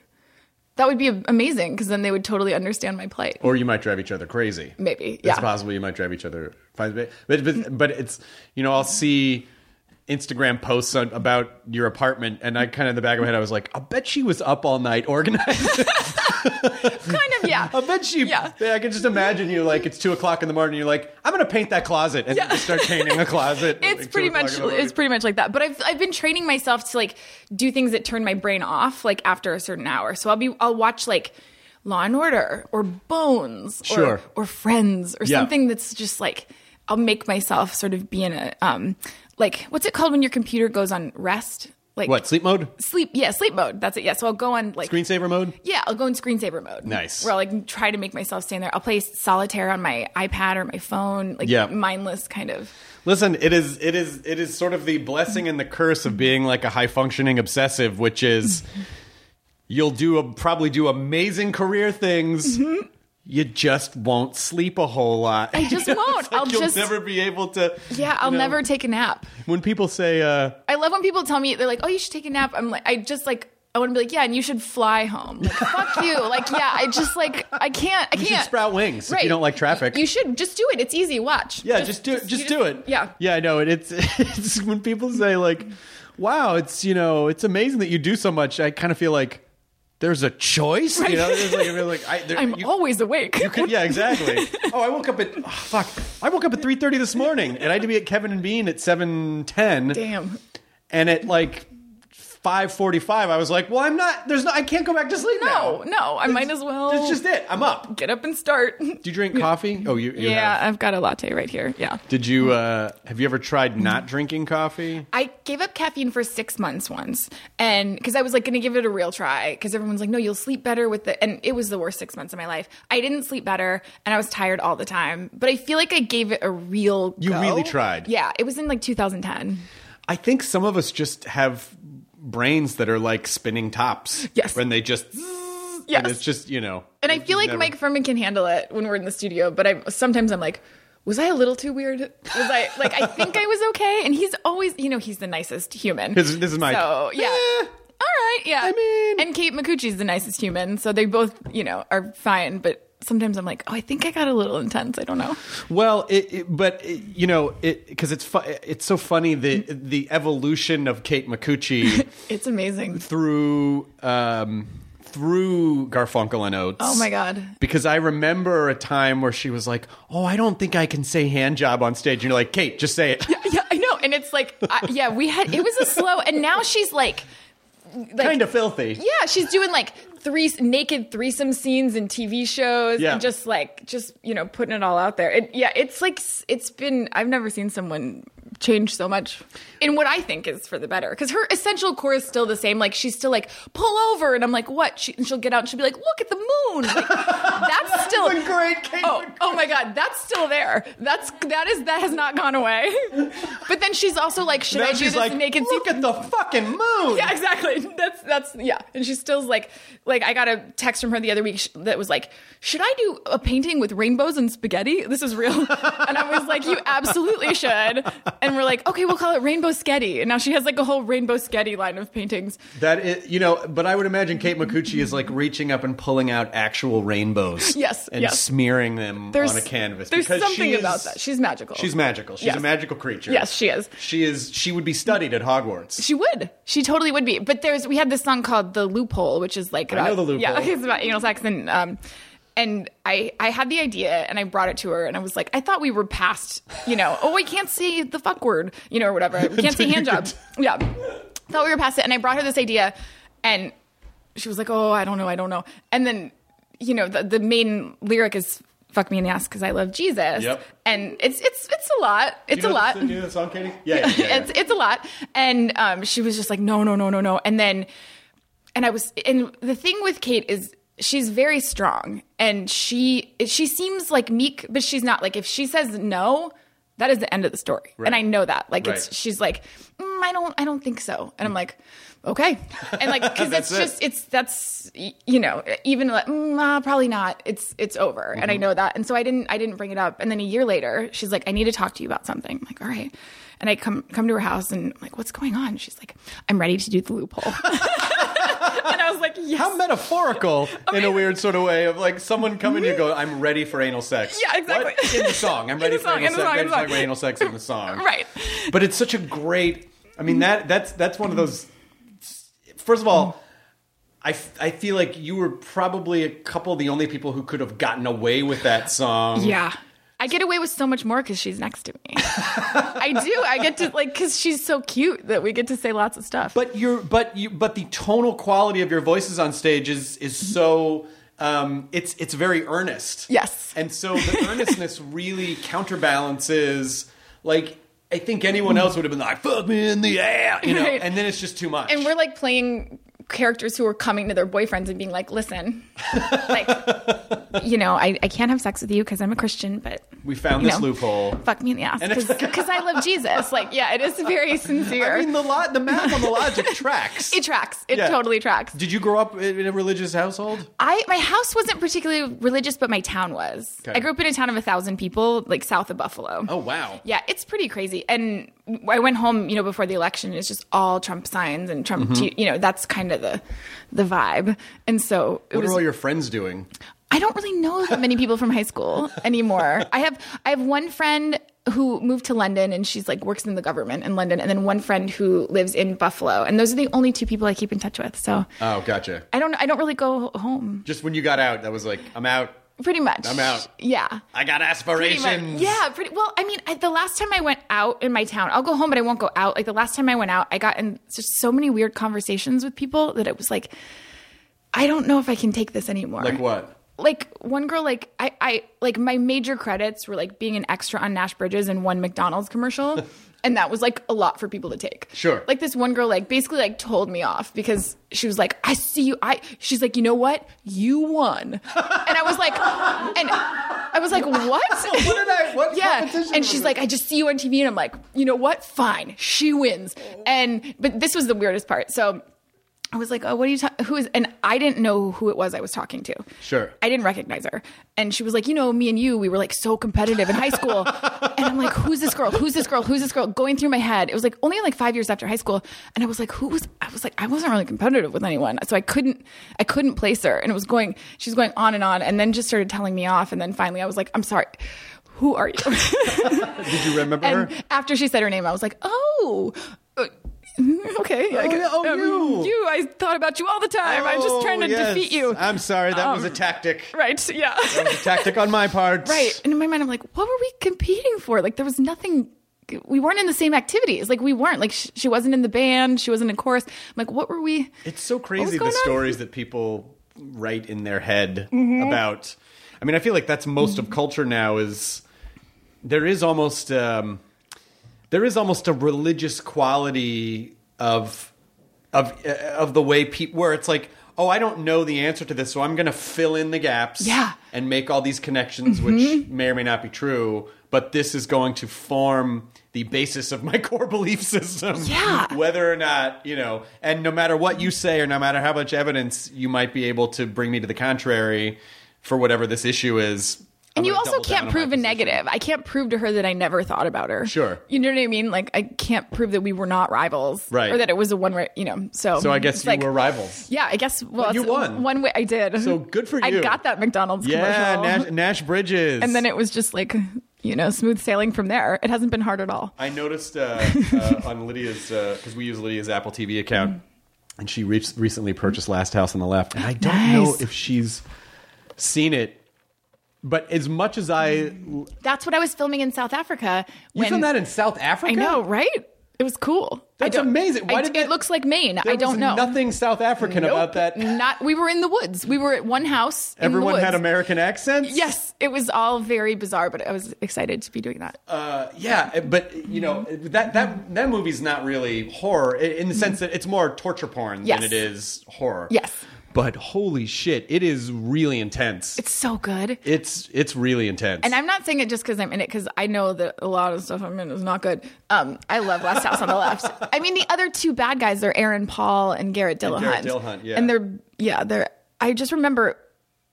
[SPEAKER 6] That would be amazing because then they would totally understand my plight.
[SPEAKER 2] Or you might drive each other crazy.
[SPEAKER 6] Maybe,
[SPEAKER 2] it's
[SPEAKER 6] yeah.
[SPEAKER 2] possible you might drive each other. But but but, but it's you know I'll see. Instagram posts on, about your apartment, and I kind of in the back of my head, I was like, I bet she was up all night organizing.
[SPEAKER 6] Kind of, yeah.
[SPEAKER 2] I bet she.
[SPEAKER 6] Yeah.
[SPEAKER 2] I can just imagine you like it's two o'clock in the morning. You're like, I'm gonna paint that closet, and you start painting a closet. at,
[SPEAKER 6] it's
[SPEAKER 2] like, two
[SPEAKER 6] pretty
[SPEAKER 2] o'clock
[SPEAKER 6] much
[SPEAKER 2] in the morning.
[SPEAKER 6] it's pretty much like that but i've i've been training myself to like do things that turn my brain off like after a certain hour so i'll be i'll watch like law and order or bones
[SPEAKER 2] Sure.
[SPEAKER 6] or, or friends or
[SPEAKER 2] Yeah.
[SPEAKER 6] something that's just like i'll make myself sort of be in a um like what's it called when your computer goes on rest Like
[SPEAKER 2] What sleep mode?
[SPEAKER 6] Sleep. Yeah, sleep mode. That's it. Yeah. So I'll go on like
[SPEAKER 2] Screensaver mode?
[SPEAKER 6] Yeah, I'll go in screensaver mode.
[SPEAKER 2] Nice.
[SPEAKER 6] Where I'll like try to make myself stay in there. I'll play solitaire on my iPad or my phone, like
[SPEAKER 2] Yeah.
[SPEAKER 6] mindless kind of.
[SPEAKER 2] Listen, it is it is it is sort of the blessing and the curse of being like a high functioning obsessive, which is you'll do a, probably do amazing career things. You just won't sleep a whole lot.
[SPEAKER 6] I just
[SPEAKER 2] It's
[SPEAKER 6] won't.
[SPEAKER 2] like
[SPEAKER 6] I'll
[SPEAKER 2] you'll
[SPEAKER 6] just-
[SPEAKER 2] never be able to.
[SPEAKER 6] Yeah, I'll
[SPEAKER 2] you know,
[SPEAKER 6] never take a nap.
[SPEAKER 2] When people say, uh,
[SPEAKER 6] I love when people tell me they're like, "Oh, you should take a nap." I'm like, I just like I want to be like, "Yeah, and you should fly home." Like, fuck you. Like, yeah, I just like I can't. I
[SPEAKER 2] You should
[SPEAKER 6] can't
[SPEAKER 2] sprout wings if you don't like traffic.
[SPEAKER 6] You should just do it. It's easy. Watch.
[SPEAKER 2] Yeah, just, do it. Just,
[SPEAKER 6] you
[SPEAKER 2] do it.
[SPEAKER 6] Yeah.
[SPEAKER 2] Yeah, I know. And it's, it's when people say like, "Wow, it's you know, it's amazing that you do so much." I kind of feel like there's a choice. You know, there's like, I feel like I, there,
[SPEAKER 6] I'm
[SPEAKER 2] you,
[SPEAKER 6] always awake.
[SPEAKER 2] you could- yeah, exactly. oh, I woke up at oh, fuck. I woke up at three thirty this morning, and I had to be at Kevin and Bean at seven ten.
[SPEAKER 6] Damn.
[SPEAKER 2] And at like five forty five, I was like, "Well, I'm not. There's no. I can't go back to sleep now.
[SPEAKER 6] No, no, I might as well.
[SPEAKER 2] That's just it. I'm up.
[SPEAKER 6] Get up and start.
[SPEAKER 2] Do you drink coffee? Oh, you. you
[SPEAKER 6] yeah,
[SPEAKER 2] have.
[SPEAKER 6] I've got a latte right here. Yeah.
[SPEAKER 2] Did you uh, have you ever tried not drinking coffee?
[SPEAKER 6] I gave up caffeine for six months once, and because I was like going to give it a real try, because everyone's like, "No, you'll sleep better with the," and it was the worst six months of my life. I didn't sleep better, and I was tired all the time. But I feel like I gave it a real.
[SPEAKER 2] You
[SPEAKER 6] go.
[SPEAKER 2] really tried.
[SPEAKER 6] Yeah, it was in like 2010.
[SPEAKER 2] I think some of us just have brains that are like spinning tops.
[SPEAKER 6] Yes.
[SPEAKER 2] When they just.
[SPEAKER 6] Yes.
[SPEAKER 2] And it's just, you know.
[SPEAKER 6] And I feel like Mike Furman can handle it when we're in the studio, but I sometimes I'm like, was I a little too weird? Was I like I think I was okay? And he's always, you know, he's the nicest human.
[SPEAKER 2] This- this is Mike.
[SPEAKER 6] So yeah.
[SPEAKER 2] Eh.
[SPEAKER 6] All right, yeah.
[SPEAKER 2] I mean-
[SPEAKER 6] and Kate McCucci's the nicest human, so they both, you know, are fine. But sometimes I'm like, oh, I think I got a little intense. I don't know.
[SPEAKER 2] Well, it, it- but it, you know, it because it's fu- it's so funny the the evolution of Kate Micucci
[SPEAKER 6] It's amazing.
[SPEAKER 2] through um, through Garfunkel and Oates.
[SPEAKER 6] Oh my God.
[SPEAKER 2] Because I remember a time where she was like, "Oh, I don't think I can say hand job on stage." And you're like, "Kate, just say it."
[SPEAKER 6] Yeah, I know. And it's like, I, yeah, we had it was a slow, and now she's like, like
[SPEAKER 2] kind of filthy.
[SPEAKER 6] Yeah, she's doing like three naked threesome scenes in TV shows
[SPEAKER 2] Yeah.
[SPEAKER 6] and just like just you know putting it all out there. It, yeah, it's like s- it's been I've never seen someone change so much in what I think is for the better because her essential core is still the same. Like she's still like pull over and I'm like what? She, and she'll get out and she'll be like look at the moon. Like, that's still
[SPEAKER 2] a great Kate
[SPEAKER 6] Oh,
[SPEAKER 2] McCutcheon.
[SPEAKER 6] oh my god, that's still there. That's that is that has not gone away. But then she's also like should
[SPEAKER 2] Now
[SPEAKER 6] I do
[SPEAKER 2] she's
[SPEAKER 6] this
[SPEAKER 2] like,
[SPEAKER 6] naked?
[SPEAKER 2] "Look
[SPEAKER 6] se-
[SPEAKER 2] at the fucking moon."
[SPEAKER 6] yeah, exactly. That's that's yeah. And she still's like, like I got a text from her the other week sh- that was like, should I do a painting with rainbows and spaghetti? This is real. and I was like, you absolutely should. And we're like, okay, we'll call it rainbow sketty. And now she has like a whole rainbow sketty line of paintings.
[SPEAKER 2] That is, you know, but I would imagine Kate Micucci is like reaching up and pulling out actual rainbows,
[SPEAKER 6] Yes,
[SPEAKER 2] and
[SPEAKER 6] yes.
[SPEAKER 2] smearing them
[SPEAKER 6] There's
[SPEAKER 2] on a canvas.
[SPEAKER 6] There's
[SPEAKER 2] because
[SPEAKER 6] something
[SPEAKER 2] she is-
[SPEAKER 6] about that. She's magical.
[SPEAKER 2] she's magical. She's a
[SPEAKER 6] Yes.
[SPEAKER 2] magical creature.
[SPEAKER 6] Yes, she is.
[SPEAKER 2] She is. She would be studied at Hogwarts.
[SPEAKER 6] She would. She totally would be. But there's we had this song called "The Loophole," which is like
[SPEAKER 2] I know
[SPEAKER 6] about-
[SPEAKER 2] The Loophole.
[SPEAKER 6] Yeah, it's about anal sex and um, and I I had the idea and I brought it to her and I was like, I thought we were past, you know, oh we can't say the fuck word, you know, or whatever. We can't say hand job. Yeah, thought we were past it, and I brought her this idea, and she was like, oh I don't know, I don't know, and then you know the the main lyric is. Fuck me in the ass because I love Jesus,
[SPEAKER 2] Yep.
[SPEAKER 6] and it's it's it's a lot. It's
[SPEAKER 2] You
[SPEAKER 6] a
[SPEAKER 2] know
[SPEAKER 6] lot
[SPEAKER 2] The, you know the song, Katie? Yeah, yeah, yeah, yeah.
[SPEAKER 6] it's it's a lot. And um, she was just like, no, no, no, no, no. And then, and I was, and the thing with Kate is she's very strong, and she she seems like meek, but she's not. Like if she says no, that is the end of the story, and I know that. Like
[SPEAKER 2] Right.
[SPEAKER 6] it's she's like, mm, I don't, I don't think so, and I'm like. Okay, and like because it's
[SPEAKER 2] That's it.
[SPEAKER 6] just it's that's y- you know even like mm, ah, probably not it's it's over and I
[SPEAKER 2] Mm-hmm.
[SPEAKER 6] know that and so I didn't I didn't bring it up and then a year later she's like I need to talk to you about something I'm like all right and I come come to her house and I'm like what's going on she's like I'm ready to do the loophole and I was like yes
[SPEAKER 2] How metaphorical in a weird sort of way of like someone coming to you go, I'm ready for anal sex.
[SPEAKER 6] Yeah, exactly.
[SPEAKER 2] What? In the song. I'm
[SPEAKER 6] In
[SPEAKER 2] ready
[SPEAKER 6] the song,
[SPEAKER 2] for
[SPEAKER 6] in
[SPEAKER 2] anal sex.
[SPEAKER 6] the song,
[SPEAKER 2] ready
[SPEAKER 6] in
[SPEAKER 2] to
[SPEAKER 6] the
[SPEAKER 2] talk
[SPEAKER 6] song.
[SPEAKER 2] about anal sex in the song.
[SPEAKER 6] Right.
[SPEAKER 2] But it's such a great I mean that that's that's one of those first of all, I, f- I feel like you were probably a couple of the only people who could have gotten away with that song.
[SPEAKER 6] yeah I get away with so much more because she's next to me I do I get to like because she's so cute that we get to say lots of stuff
[SPEAKER 2] But your but you but the tonal quality of your voices on stage is is so um, it's it's very earnest.
[SPEAKER 6] Yes.
[SPEAKER 2] And so the earnestness really counterbalances like I think anyone else would have been like, "Fuck me in the ass," you know,
[SPEAKER 6] Right.
[SPEAKER 2] and then it's just too much.
[SPEAKER 6] And we're like playing characters who are coming to their boyfriends and being like, listen, like, you know, I, I can't have sex with you because I'm a Christian, but.
[SPEAKER 2] We found
[SPEAKER 6] you
[SPEAKER 2] this loophole.
[SPEAKER 6] Fuck me in the ass
[SPEAKER 2] And it's like-
[SPEAKER 6] because I love Jesus. Like, yeah, it is very sincere.
[SPEAKER 2] I mean, the lot, the math on the logic tracks.
[SPEAKER 6] it tracks. It
[SPEAKER 2] Yeah.
[SPEAKER 6] totally tracks.
[SPEAKER 2] Did you grow up in in a religious household?
[SPEAKER 6] I my house wasn't particularly religious, but my town was.
[SPEAKER 2] Okay.
[SPEAKER 6] I grew up in a town of a thousand people, like south of Buffalo.
[SPEAKER 2] Oh wow.
[SPEAKER 6] Yeah, it's pretty crazy. And I went home, you know, before the election. It's just all Trump signs and Trump.
[SPEAKER 2] Mm-hmm.
[SPEAKER 6] t- you know, that's kind of the the vibe. And so it
[SPEAKER 2] What
[SPEAKER 6] was.
[SPEAKER 2] are all your friends doing?
[SPEAKER 6] I don't really know that many people from high school anymore. I have I have one friend who moved to London and she's like works in the government in London, and then one friend who lives in Buffalo. And those are the only two people I keep in touch with. So
[SPEAKER 2] Oh, gotcha.
[SPEAKER 6] I don't I don't really go home.
[SPEAKER 2] Just when you got out, that was like, I'm out.
[SPEAKER 6] Pretty much.
[SPEAKER 2] I'm out.
[SPEAKER 6] Yeah.
[SPEAKER 2] I got
[SPEAKER 6] Pretty
[SPEAKER 2] aspirations.
[SPEAKER 6] much. Yeah, pretty well. I mean, I, the last time I went out in my town, I'll go home, but I won't go out. Like the last time I went out, I got in just so many weird conversations with people that it was like, I don't know if I can take this anymore.
[SPEAKER 2] Like what?
[SPEAKER 6] Like one girl, like I, I, like my major credits were like being an extra on Nash Bridges and one McDonald's commercial, and that was like a lot for people to take.
[SPEAKER 2] Sure.
[SPEAKER 6] Like this one girl, like basically like told me off because she was like, "I see you." I she's like, "You know what? You won," and I was like, and I was like, "What?"
[SPEAKER 2] What did I? What
[SPEAKER 6] yeah
[SPEAKER 2] competition
[SPEAKER 6] and
[SPEAKER 2] was
[SPEAKER 6] she's
[SPEAKER 2] it?
[SPEAKER 6] like i just see you on tv and i'm like you know what fine she wins
[SPEAKER 2] Oh.
[SPEAKER 6] and but this was the weirdest part so i was like oh what are you ta- who is and i didn't know who it was i was talking to
[SPEAKER 2] Sure.
[SPEAKER 6] i didn't recognize her and she was like you know me and you we were like so competitive in high school and i'm like who's this girl who's this girl who's this girl going through my head it was like only like five years after high school and i was like who was i was like i wasn't really competitive with anyone so i couldn't i couldn't place her and it was going she was going on and on and then just started telling me off and then finally i was like i'm sorry who are you
[SPEAKER 2] Did you remember
[SPEAKER 6] And
[SPEAKER 2] her?
[SPEAKER 6] after she said her name, I was like, oh. uh, Okay. I
[SPEAKER 2] Oh,
[SPEAKER 6] gu- um,
[SPEAKER 2] yeah, oh, you.
[SPEAKER 6] you. I thought about you all the time. I'm just trying to
[SPEAKER 2] Oh, yes.
[SPEAKER 6] defeat you.
[SPEAKER 2] I'm sorry. That was a
[SPEAKER 6] Um,
[SPEAKER 2] tactic.
[SPEAKER 6] Right. Yeah.
[SPEAKER 2] That was a tactic on my part.
[SPEAKER 6] right. And in my mind, I'm like, what were we competing for? Like, there was nothing. We weren't in the same activities. Like, we weren't. Like, sh- she wasn't in the band. She wasn't in chorus. I'm like, what were we?
[SPEAKER 2] It's so
[SPEAKER 6] was
[SPEAKER 2] crazy the
[SPEAKER 6] going on? Mm-hmm.
[SPEAKER 2] stories that people write in their head about. I mean, I feel like that's most of culture now. Is there is almost um, there is almost a religious quality of of uh, of the way people where it's like. Oh, I don't know the answer to this, so I'm going to fill in the gaps
[SPEAKER 6] Yeah. Mm-hmm.
[SPEAKER 2] and make all these connections, which may or may not be true. But this is going to form the basis of my core belief system
[SPEAKER 6] Yeah.
[SPEAKER 2] whether or not you know and no matter what you say or no matter how much evidence you might be able to bring me to the contrary for whatever this issue is I'm
[SPEAKER 6] And you
[SPEAKER 2] gonna
[SPEAKER 6] also
[SPEAKER 2] double down on
[SPEAKER 6] can't
[SPEAKER 2] my
[SPEAKER 6] prove a
[SPEAKER 2] position.
[SPEAKER 6] negative. I can't prove to her that I never thought about her.
[SPEAKER 2] Sure.
[SPEAKER 6] You know what I mean? Like, I can't prove that we were not rivals.
[SPEAKER 2] Right.
[SPEAKER 6] Or that it was a one way, you know. So,
[SPEAKER 2] so i guess
[SPEAKER 6] it's
[SPEAKER 2] you
[SPEAKER 6] like-
[SPEAKER 2] were rivals
[SPEAKER 6] Yeah, I guess. Well,
[SPEAKER 2] you
[SPEAKER 6] it's
[SPEAKER 2] won.
[SPEAKER 6] One way I did.
[SPEAKER 2] So good for
[SPEAKER 6] I
[SPEAKER 2] you.
[SPEAKER 6] got that McDonald's
[SPEAKER 2] yeah
[SPEAKER 6] commercial.
[SPEAKER 2] nash, nash bridges
[SPEAKER 6] and then it was just like, you know, smooth sailing from there. It hasn't been hard at all.
[SPEAKER 2] I noticed uh, uh, on Lydia's because we use Lydia's Apple TV account, and she re- recently purchased Last House on the Left, and I don't know
[SPEAKER 6] Nice.
[SPEAKER 2] if she's seen it. But as much as I, you
[SPEAKER 6] That's what I was filming in South Africa. When,
[SPEAKER 2] filmed that in South Africa.
[SPEAKER 6] I know, right? It was cool. I
[SPEAKER 2] That's
[SPEAKER 6] don't-
[SPEAKER 2] amazing. Why
[SPEAKER 6] I-
[SPEAKER 2] did
[SPEAKER 6] it
[SPEAKER 2] that-
[SPEAKER 6] looks like Maine?
[SPEAKER 2] There
[SPEAKER 6] I don't
[SPEAKER 2] was
[SPEAKER 6] know.
[SPEAKER 2] Nothing South African
[SPEAKER 6] Nope.
[SPEAKER 2] about that.
[SPEAKER 6] Not. We were in the woods. We were at one house. in the
[SPEAKER 2] Everyone had
[SPEAKER 6] woods.
[SPEAKER 2] American accents.
[SPEAKER 6] Yes, it was all very bizarre, but I was excited to be doing that.
[SPEAKER 2] Uh, yeah, but you know that that that movie's not really horror i- in the sense that it's more torture porn
[SPEAKER 6] Mm. Yes.
[SPEAKER 2] than it is horror.
[SPEAKER 6] Yes.
[SPEAKER 2] But holy shit, it is really intense.
[SPEAKER 6] it's so good.
[SPEAKER 2] It's it's really intense.
[SPEAKER 6] And I'm not saying it just because I'm in it, because I know that a lot of stuff I'm in is not good. Um, I love Last House on the Left. I mean, the other two bad guys are Aaron Paul and Garrett Dillahunt.
[SPEAKER 2] Garrett Dillahunt, yeah.
[SPEAKER 6] And they're yeah, they're. I just remember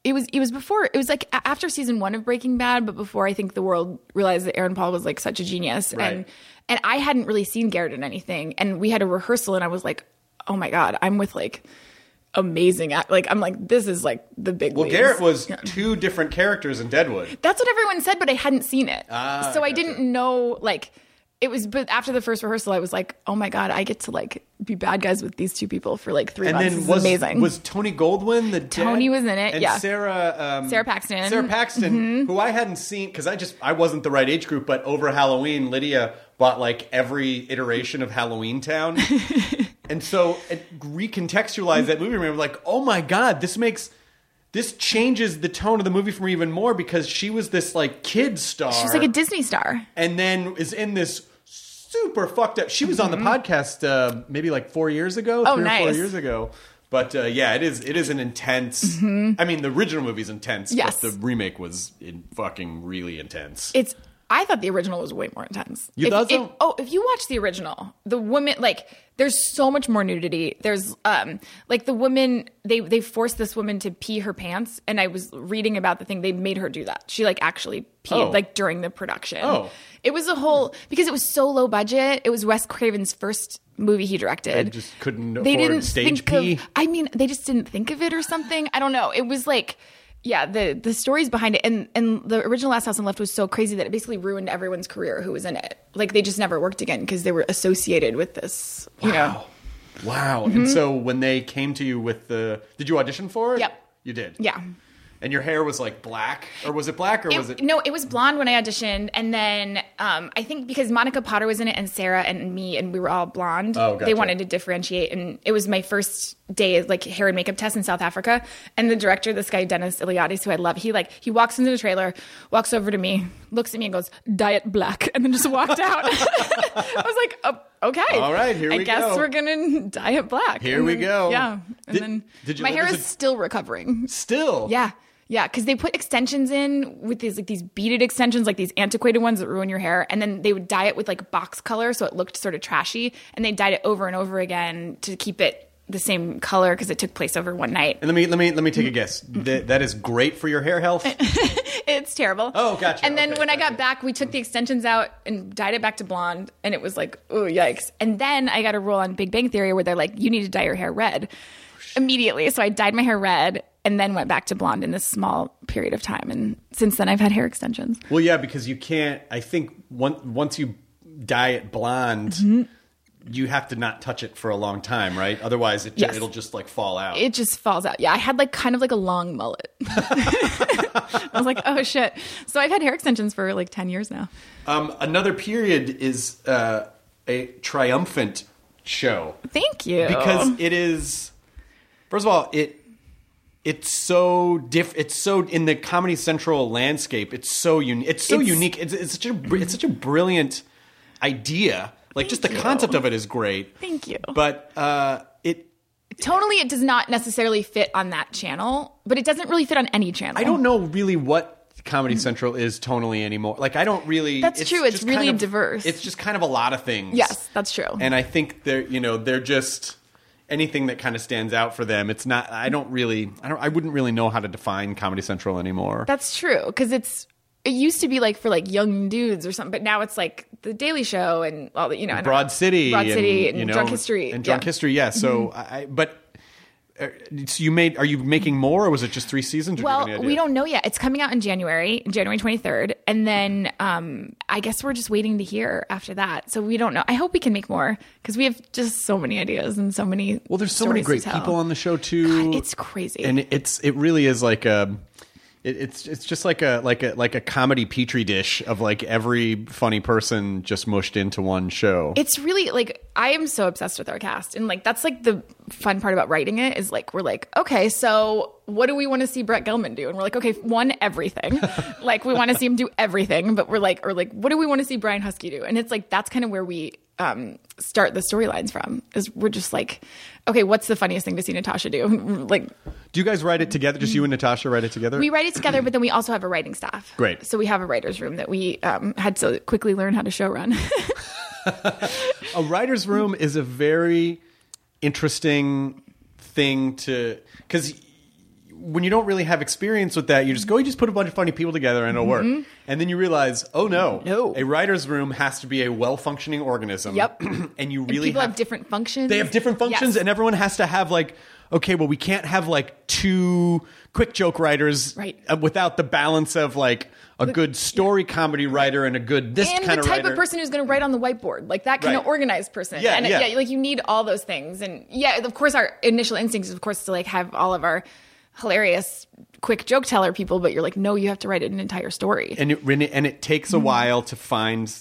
[SPEAKER 6] it was it was before it was like a- after season one of Breaking Bad, but before I think the world realized that Aaron Paul was like such a genius and
[SPEAKER 2] Right.
[SPEAKER 6] and I hadn't really seen Garrett in anything, and we had a rehearsal, and I was like, oh my god, I'm with like amazing act like I'm like this is like the big
[SPEAKER 2] well,
[SPEAKER 6] leagues.
[SPEAKER 2] Garrett was
[SPEAKER 6] Yeah.
[SPEAKER 2] two different characters in Deadwood.
[SPEAKER 6] That's what everyone said, but I hadn't seen it.
[SPEAKER 2] Ah,
[SPEAKER 6] so I
[SPEAKER 2] gotcha.
[SPEAKER 6] didn't know, like, it was, but after the first rehearsal, I was like, oh my God, I get to, like, be bad guys with these two people for, like, three
[SPEAKER 2] And
[SPEAKER 6] months.
[SPEAKER 2] then
[SPEAKER 6] This
[SPEAKER 2] was
[SPEAKER 6] is amazing.
[SPEAKER 2] was Tony Goldwyn the
[SPEAKER 6] Tony
[SPEAKER 2] dad?
[SPEAKER 6] was in it,
[SPEAKER 2] and
[SPEAKER 6] yeah.
[SPEAKER 2] Sarah um,
[SPEAKER 6] Sarah Paxton. Mm-hmm.
[SPEAKER 2] Sarah Paxton, who I hadn't seen because I just I wasn't the right age group. But over Halloween, Lydia bought like every iteration of Halloween Town, and so it recontextualized that movie. Remember, like, oh my god, this makes. This changes the tone of the movie for me even more because she was this like kid star.
[SPEAKER 6] She's like a Disney star.
[SPEAKER 2] and then is in this super fucked up. She was on the podcast uh, maybe like four years ago,
[SPEAKER 6] Mm-hmm. Oh,
[SPEAKER 2] three or four
[SPEAKER 6] nice.
[SPEAKER 2] years ago. But uh, yeah, it is. It is an intense. I mean, the original movie's intense.
[SPEAKER 6] Mm-hmm. Yes.
[SPEAKER 2] but the remake was in fucking really intense.
[SPEAKER 6] it's I thought the original was way more intense.
[SPEAKER 2] You
[SPEAKER 6] If-
[SPEAKER 2] thought so?
[SPEAKER 6] if- oh, if you watch the original, the woman like there's so much more nudity. There's um like the woman they they forced this woman to pee her pants, and I was reading about the thing they made her do that. She like actually peed
[SPEAKER 2] Oh.
[SPEAKER 6] like during the production.
[SPEAKER 2] Oh.
[SPEAKER 6] it was a whole because it was so low budget. It was Wes Craven's first movie he directed.
[SPEAKER 2] They just couldn't afford stage
[SPEAKER 6] think of-
[SPEAKER 2] pee.
[SPEAKER 6] I mean, they just didn't think of it or something. I don't know. It was like, yeah, the the stories behind it and and the original Last House on the Left was so crazy that it basically ruined everyone's career who was in it. Like they just never worked again because they were associated with this. You know,
[SPEAKER 2] Wow.
[SPEAKER 6] Mm-hmm.
[SPEAKER 2] And so when they came to you with the, did you audition for it?
[SPEAKER 6] Yep.
[SPEAKER 2] You did.
[SPEAKER 6] yeah.
[SPEAKER 2] And your hair was like black, or was it black, or was it?
[SPEAKER 6] No, it was blonde when I auditioned, and then um, I think because Monica Potter was in it, and Sarah and me, and we were all blonde.
[SPEAKER 2] Oh, gotcha.
[SPEAKER 6] They wanted to differentiate, and it was my first day like hair and makeup test in South Africa. And the director, this guy Dennis Iliadis, who I love, he like he walks into the trailer, walks over to me, looks at me, and goes, "Diet black," and then just walked out. I was like, oh, "Okay,
[SPEAKER 2] All right, here
[SPEAKER 6] I
[SPEAKER 2] we
[SPEAKER 6] guess
[SPEAKER 2] go.
[SPEAKER 6] we're gonna diet black."
[SPEAKER 2] Here
[SPEAKER 6] And
[SPEAKER 2] we
[SPEAKER 6] then-
[SPEAKER 2] go.
[SPEAKER 6] Yeah, and
[SPEAKER 2] Did-
[SPEAKER 6] then
[SPEAKER 2] did you
[SPEAKER 6] my
[SPEAKER 2] know
[SPEAKER 6] hair
[SPEAKER 2] there's
[SPEAKER 6] is
[SPEAKER 2] a-
[SPEAKER 6] still recovering.
[SPEAKER 2] Still.
[SPEAKER 6] Yeah. Yeah, because they put extensions in with these like these beaded extensions, like these antiquated ones that ruin your hair, and then they would dye it with like box color, so it looked sort of trashy, and they dyed it over and over again to keep it the same color because it took place over one night.
[SPEAKER 2] And let me let me let me take a guess. That, that is great for your hair health.
[SPEAKER 6] It's terrible.
[SPEAKER 2] Oh, gotcha.
[SPEAKER 6] And then
[SPEAKER 2] Okay,
[SPEAKER 6] when I
[SPEAKER 2] gotcha.
[SPEAKER 6] got back, we took the extensions out and dyed it back to blonde, and it was like, oh yikes. And then I got a role on Big Bang Theory where they're like, you need to dye your hair red immediately. So I dyed my hair red and then went back to blonde in this small period of time. And since then, I've had hair extensions.
[SPEAKER 2] Well, yeah, because you can't. I think one, once you dye it blonde,
[SPEAKER 6] Mm-hmm.
[SPEAKER 2] you have to not touch it for a long time, right? Otherwise, it ju-
[SPEAKER 6] Yes.
[SPEAKER 2] it'll just like fall out.
[SPEAKER 6] It just falls out. Yeah, I had like kind of like a long mullet. I was like, oh shit. So I've had hair extensions for like 10 years now.
[SPEAKER 2] um, another period is uh, a triumphant show
[SPEAKER 6] Thank you.
[SPEAKER 2] because it is. First of all, it it's so diff. It's so in the Comedy Central landscape. It's so unique. It's so
[SPEAKER 6] It's-
[SPEAKER 2] unique. It's, it's such a br- it's such a brilliant idea. Like just the concept of it is great.
[SPEAKER 6] Thank you.
[SPEAKER 2] But uh, it
[SPEAKER 6] Tonally, Oh. it does not necessarily fit on that channel, but it doesn't really fit on any channel.
[SPEAKER 2] I don't know really what Comedy Central is tonally anymore. Like I don't really.
[SPEAKER 6] That's true, it's
[SPEAKER 2] just
[SPEAKER 6] really
[SPEAKER 2] kind of-
[SPEAKER 6] diverse.
[SPEAKER 2] It's just kind of a lot of things.
[SPEAKER 6] Yes, that's true.
[SPEAKER 2] And I think they're you know they're just anything that kind of stands out for them. It's not. I don't really. I don't. I wouldn't really know how to define Comedy Central anymore.
[SPEAKER 6] That's true because it's it used to be like for like young dudes or something, but now it's like the Daily Show and all the you know I don't know.
[SPEAKER 2] Broad City,
[SPEAKER 6] Broad
[SPEAKER 2] and,
[SPEAKER 6] City, and,
[SPEAKER 2] you know,
[SPEAKER 6] Drunk History,
[SPEAKER 2] and Drunk
[SPEAKER 6] Yeah. Mm-hmm.
[SPEAKER 2] History. Yeah. So, I, I- but uh, so you made? Are you making more, or was it just three seasons? Or do you have any
[SPEAKER 6] Well,
[SPEAKER 2] idea?
[SPEAKER 6] we don't know yet. It's coming out in January, January 23rd. And then um, I guess we're just waiting to hear after that. So we don't know. I hope we can make more because we have just so many ideas and so many.
[SPEAKER 2] Well, there's so many great people on the show too.
[SPEAKER 6] God, it's crazy.
[SPEAKER 2] and it's it really is like a. It, it's it's just like a like a like a comedy petri dish of like every funny person just mushed into one show.
[SPEAKER 6] it's really like I am so obsessed with our cast, and like that's like the fun part about writing it is like we're like, okay, so what do we want to see Brett Gelman do? And we're like, okay, one everything, like we want to see him do everything, but we're like, or like, what do we want to see Brian Husky do? And it's like that's kind of where we um, start the storylines from is we're just like, okay, what's the funniest thing to see Natasha do? like
[SPEAKER 2] Do you guys write it together? Just you and Natasha write it together?
[SPEAKER 6] we write it together, but then we also have a writing staff.
[SPEAKER 2] Great.
[SPEAKER 6] So we have a writers' room that we um, had to quickly learn how to show run.
[SPEAKER 2] a writer's room is a very interesting thing to because when you don't really have experience with that, you just go, "Oh, you just put a bunch of funny people together and it'll work. And then you realize, oh no,
[SPEAKER 6] Mm-hmm. No.
[SPEAKER 2] a writer's room has to be a well functioning organism.
[SPEAKER 6] Yep.
[SPEAKER 2] and you really
[SPEAKER 6] people have different functions.
[SPEAKER 2] They have different functions,
[SPEAKER 6] Yes.
[SPEAKER 2] and everyone has to have like. Okay, well, we can't have like two quick joke writers
[SPEAKER 6] Right.
[SPEAKER 2] uh, without the balance of like a good story comedy writer and a good this
[SPEAKER 6] and
[SPEAKER 2] kind
[SPEAKER 6] the
[SPEAKER 2] of
[SPEAKER 6] type
[SPEAKER 2] writer.
[SPEAKER 6] of person who's going to write on the whiteboard, like that kind
[SPEAKER 2] Right.
[SPEAKER 6] of organized person.
[SPEAKER 2] Yeah,
[SPEAKER 6] and uh,
[SPEAKER 2] yeah.
[SPEAKER 6] like you need all those things. And yeah, of course, our initial instincts, of course, to like have all of our hilarious, quick joke teller people, but you're like, no, you have to write an entire story.
[SPEAKER 2] and it and it- and it takes
[SPEAKER 6] Mm-hmm.
[SPEAKER 2] a while to find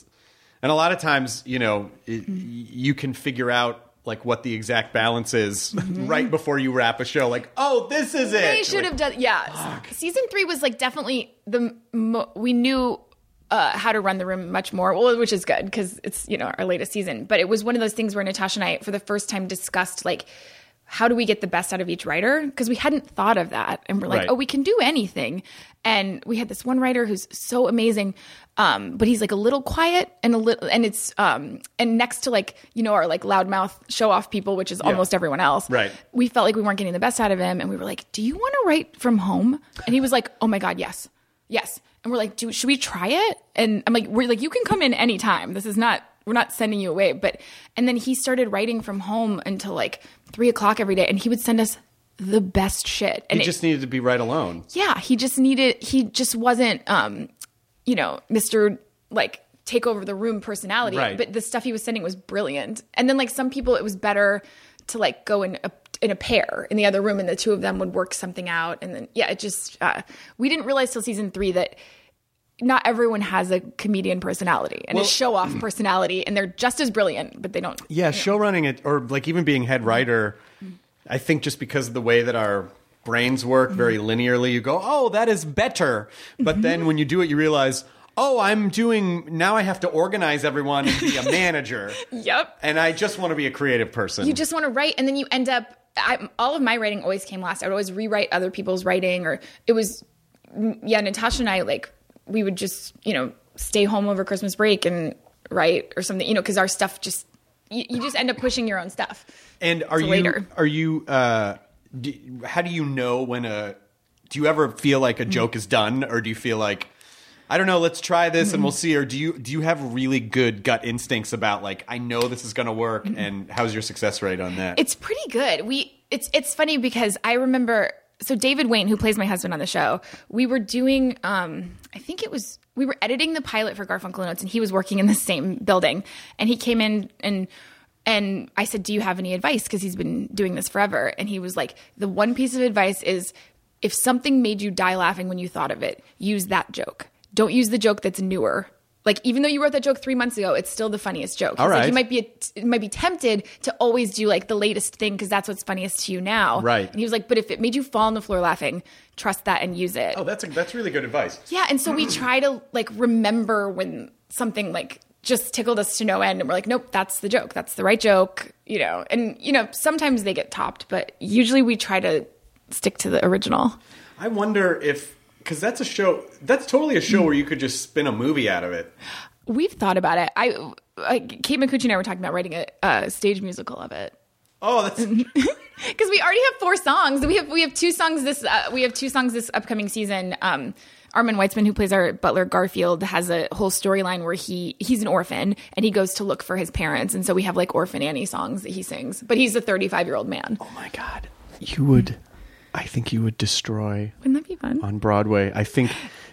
[SPEAKER 2] and a lot of times you know it,
[SPEAKER 6] Mm-hmm.
[SPEAKER 2] you can figure out like what the exact balance is right before you wrap a show like oh this is it
[SPEAKER 6] Mm-hmm. they should
[SPEAKER 2] Like,
[SPEAKER 6] have done. Yeah, season three was like definitely the mo- we knew. uh, How to Run the Room much more, well, which is good because it's you know our latest season. But it was one of those things where Natasha and I, for the first time, discussed like how do we get the best out of each writer because we hadn't thought of that, and we're like,
[SPEAKER 2] Right.
[SPEAKER 6] oh, we can do anything. And we had this one writer who's so amazing, um, but he's like a little quiet and a little, and it's um, and next to like you know our like loudmouth show off people, which is almost everyone else
[SPEAKER 2] Right.
[SPEAKER 6] we felt like we weren't getting the best out of him and we were like do you want to write from home and he was like oh my god yes yes and we're like do should we try it and i'm like we're like you can come in anytime this is not we're not sending you away but and then he started writing from home until like three o'clock every day and he would send us the best shit and
[SPEAKER 2] He
[SPEAKER 6] it-
[SPEAKER 2] just needed to be right alone.
[SPEAKER 6] yeah he just needed he just wasn't um you know mr like take over the room personality
[SPEAKER 2] Right.
[SPEAKER 6] but the stuff he was sending was brilliant and then like some people it was better to like go in a in a pair in the other room and the two of them would work something out and then yeah it just uh, we didn't realize till season three that not everyone has a comedian personality and a show off personality and they're just as brilliant but they don't
[SPEAKER 2] Yeah, show running it, or like even being
[SPEAKER 6] Mm-hmm.
[SPEAKER 2] head writer, I think just because of the way that our brains work
[SPEAKER 6] Mm-hmm.
[SPEAKER 2] very linearly, you go, oh, that is better. But
[SPEAKER 6] Mm-hmm.
[SPEAKER 2] then when you do it, you realize, oh, I'm doing, now I have to organize everyone and be a manager.
[SPEAKER 6] Yep.
[SPEAKER 2] And I just want to be a creative person.
[SPEAKER 6] you just want to write and then you end up I, all of my writing always came last i would always rewrite other people's writing or it was mm, yeah natasha and i like we would just you know stay home over christmas break and write or something you know because our stuff just you, you just end up pushing your own stuff
[SPEAKER 2] And are
[SPEAKER 6] Till
[SPEAKER 2] you
[SPEAKER 6] later.
[SPEAKER 2] are you uh, do, how do you know when a do you ever feel like
[SPEAKER 6] Mm.
[SPEAKER 2] a joke is done or do you feel like I don't know, let's try this and we'll see or do you do you have really good gut instincts about like I know this is going to work and how's your success rate on that?
[SPEAKER 6] It's pretty good. We it's it's funny because I remember so David Wayne, who plays my husband on the show, we were doing um I think it was we were editing the pilot for Garfunkel and Oates and he was working in the same building and he came in and and I said, "Do you have any advice?" because he's been doing this forever and he was like, "The one piece of advice is if something made you die laughing when you thought of it, use that joke. Don't use the joke that's newer." Like even though you wrote that joke three months ago, it's still the funniest joke.
[SPEAKER 2] All
[SPEAKER 6] He's like,
[SPEAKER 2] right.
[SPEAKER 6] you might be a, might be tempted to always do like the latest thing because that's what's funniest to you now.
[SPEAKER 2] Right.
[SPEAKER 6] And he was like, but if it made you fall on the floor laughing, trust that and use it.
[SPEAKER 2] oh, that's a, that's really good advice.
[SPEAKER 6] Yeah, and so we try to like remember when something like just tickled us to no end, and we're like, nope, that's the joke, that's the right joke, you know. And you know, sometimes they get topped, but usually we try to stick to the original.
[SPEAKER 2] I wonder if cuz that's a show that's totally a show
[SPEAKER 6] Mm.
[SPEAKER 2] where you could just spin a movie out of it.
[SPEAKER 6] We've thought about it. I, I Kate McCucci and I were talking about writing a, a stage musical of it.
[SPEAKER 2] Oh, that's
[SPEAKER 6] Mm-hmm. because we already have four songs. We have we have two songs this uh, we have two songs this upcoming season. Um, Armin Weitzman, who plays our butler Garfield, has a whole storyline where he he's an orphan and he goes to look for his parents, and so we have like orphan Annie songs that he sings. But he's a 35 year old man.
[SPEAKER 2] Oh my god. You would I think you would destroy
[SPEAKER 6] Wouldn't that be fun?
[SPEAKER 2] on Broadway. I think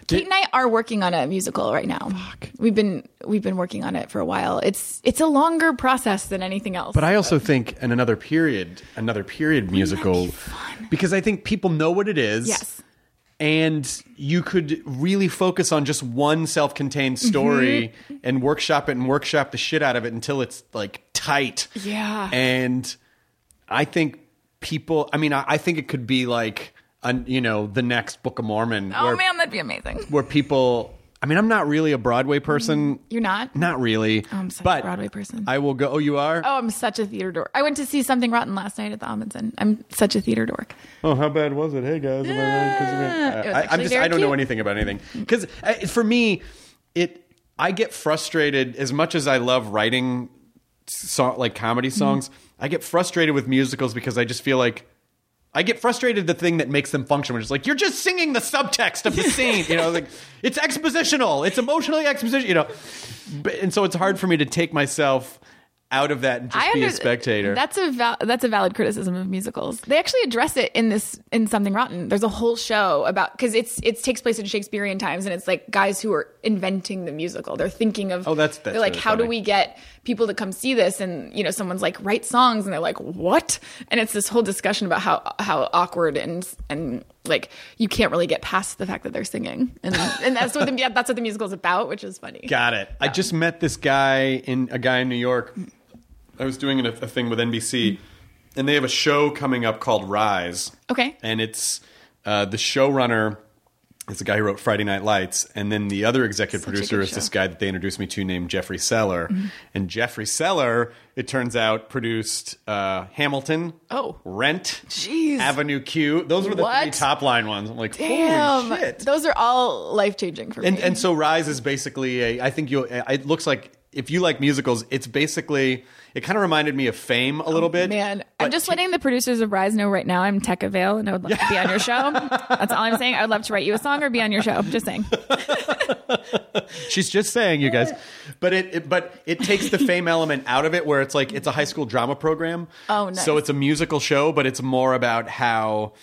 [SPEAKER 6] Kate and I are working on a musical right now. We've been we've been working on it for a while. It's it's a longer process than anything else.
[SPEAKER 2] But I also think in another period, another period musical, because I think people know what it is.
[SPEAKER 6] Yes.
[SPEAKER 2] And you could really focus on just one self contained
[SPEAKER 6] Mm-hmm.
[SPEAKER 2] story and workshop it and workshop the shit out of it until it's like tight.
[SPEAKER 6] Yeah.
[SPEAKER 2] And I think people, I mean, I, I think it could be like, an, you know, the next Book of Mormon
[SPEAKER 6] oh
[SPEAKER 2] where,
[SPEAKER 6] man, that'd be amazing.
[SPEAKER 2] where people, I mean, I'm not really a Broadway person.
[SPEAKER 6] Mm-hmm. You're not?
[SPEAKER 2] Not really.
[SPEAKER 6] I'm such a
[SPEAKER 2] but
[SPEAKER 6] Broadway person.
[SPEAKER 2] I will go, oh, you are?
[SPEAKER 6] Oh, I'm such a theater dork. I went to see Something Rotten last night at the Amundsen. I'm such a theater dork.
[SPEAKER 8] Oh, how bad was it? Hey guys, am I right? 'Cause of it?
[SPEAKER 6] It was
[SPEAKER 2] I, I'm
[SPEAKER 6] actually
[SPEAKER 2] just
[SPEAKER 6] very
[SPEAKER 2] I don't know
[SPEAKER 6] cute.
[SPEAKER 2] anything about anything because for me, it I get frustrated as much as I love writing so, like comedy
[SPEAKER 6] Mm-hmm.
[SPEAKER 2] songs. I get frustrated with musicals because I just feel like I get frustrated the thing that makes them function, which is like you're just singing the subtext of the scene. You know, like it's expositional, it's emotionally expositional. You know, but, and so it's hard for me to take myself out of that and just
[SPEAKER 6] I
[SPEAKER 2] be a
[SPEAKER 6] under-
[SPEAKER 2] spectator.
[SPEAKER 6] That's a val- that's a valid criticism of musicals. They actually address it in this in Something Rotten. There's a whole show about because it's it takes place in Shakespearean times and it's like guys who are inventing the musical. They're thinking of
[SPEAKER 2] Oh, that's- that's
[SPEAKER 6] they're like
[SPEAKER 2] really
[SPEAKER 6] how do
[SPEAKER 2] funny.
[SPEAKER 6] we get people to come see this and you know someone's like write songs and they're like what and it's this whole discussion about how how awkward and and like you can't really get past the fact that they're singing and and that's what the yeah, that's what the musical's about, which is funny.
[SPEAKER 2] Got it. I just met this guy in a guy in New York. I was doing a, a thing with NBC, and they have a show coming up called Rise.
[SPEAKER 6] Okay.
[SPEAKER 2] And it's uh, the showrunner is the guy who wrote Friday Night Lights, and then the other executive
[SPEAKER 6] Such a
[SPEAKER 2] producer
[SPEAKER 6] good
[SPEAKER 2] is this
[SPEAKER 6] show. Mm-hmm.
[SPEAKER 2] guy that they introduced me to named Jeffrey Seller. And Jeffrey Seller, it turns out, produced uh, Hamilton,
[SPEAKER 6] Oh.
[SPEAKER 2] Rent,
[SPEAKER 6] Jeez.
[SPEAKER 2] Avenue Q. Those were the three
[SPEAKER 6] What?
[SPEAKER 2] top line ones. I'm like,
[SPEAKER 6] Damn,
[SPEAKER 2] holy shit!
[SPEAKER 6] those are all life changing for
[SPEAKER 2] And
[SPEAKER 6] me.
[SPEAKER 2] and so Rise is basically a. I think you. It looks like if you like musicals, it's basically. It kind of reminded me of Fame a little bit.
[SPEAKER 6] Oh, Man, I'm
[SPEAKER 2] But
[SPEAKER 6] just letting the producers of Rise know right now I'm tech avail and I would love to be on your show. That's all I'm saying. I would love to write you a song or be on your show. Just saying.
[SPEAKER 2] She's just saying, you guys. But it, it but it takes the fame element out of it, where it's like it's a high school drama program.
[SPEAKER 6] Oh, nice.
[SPEAKER 2] So it's a musical show, but it's more about how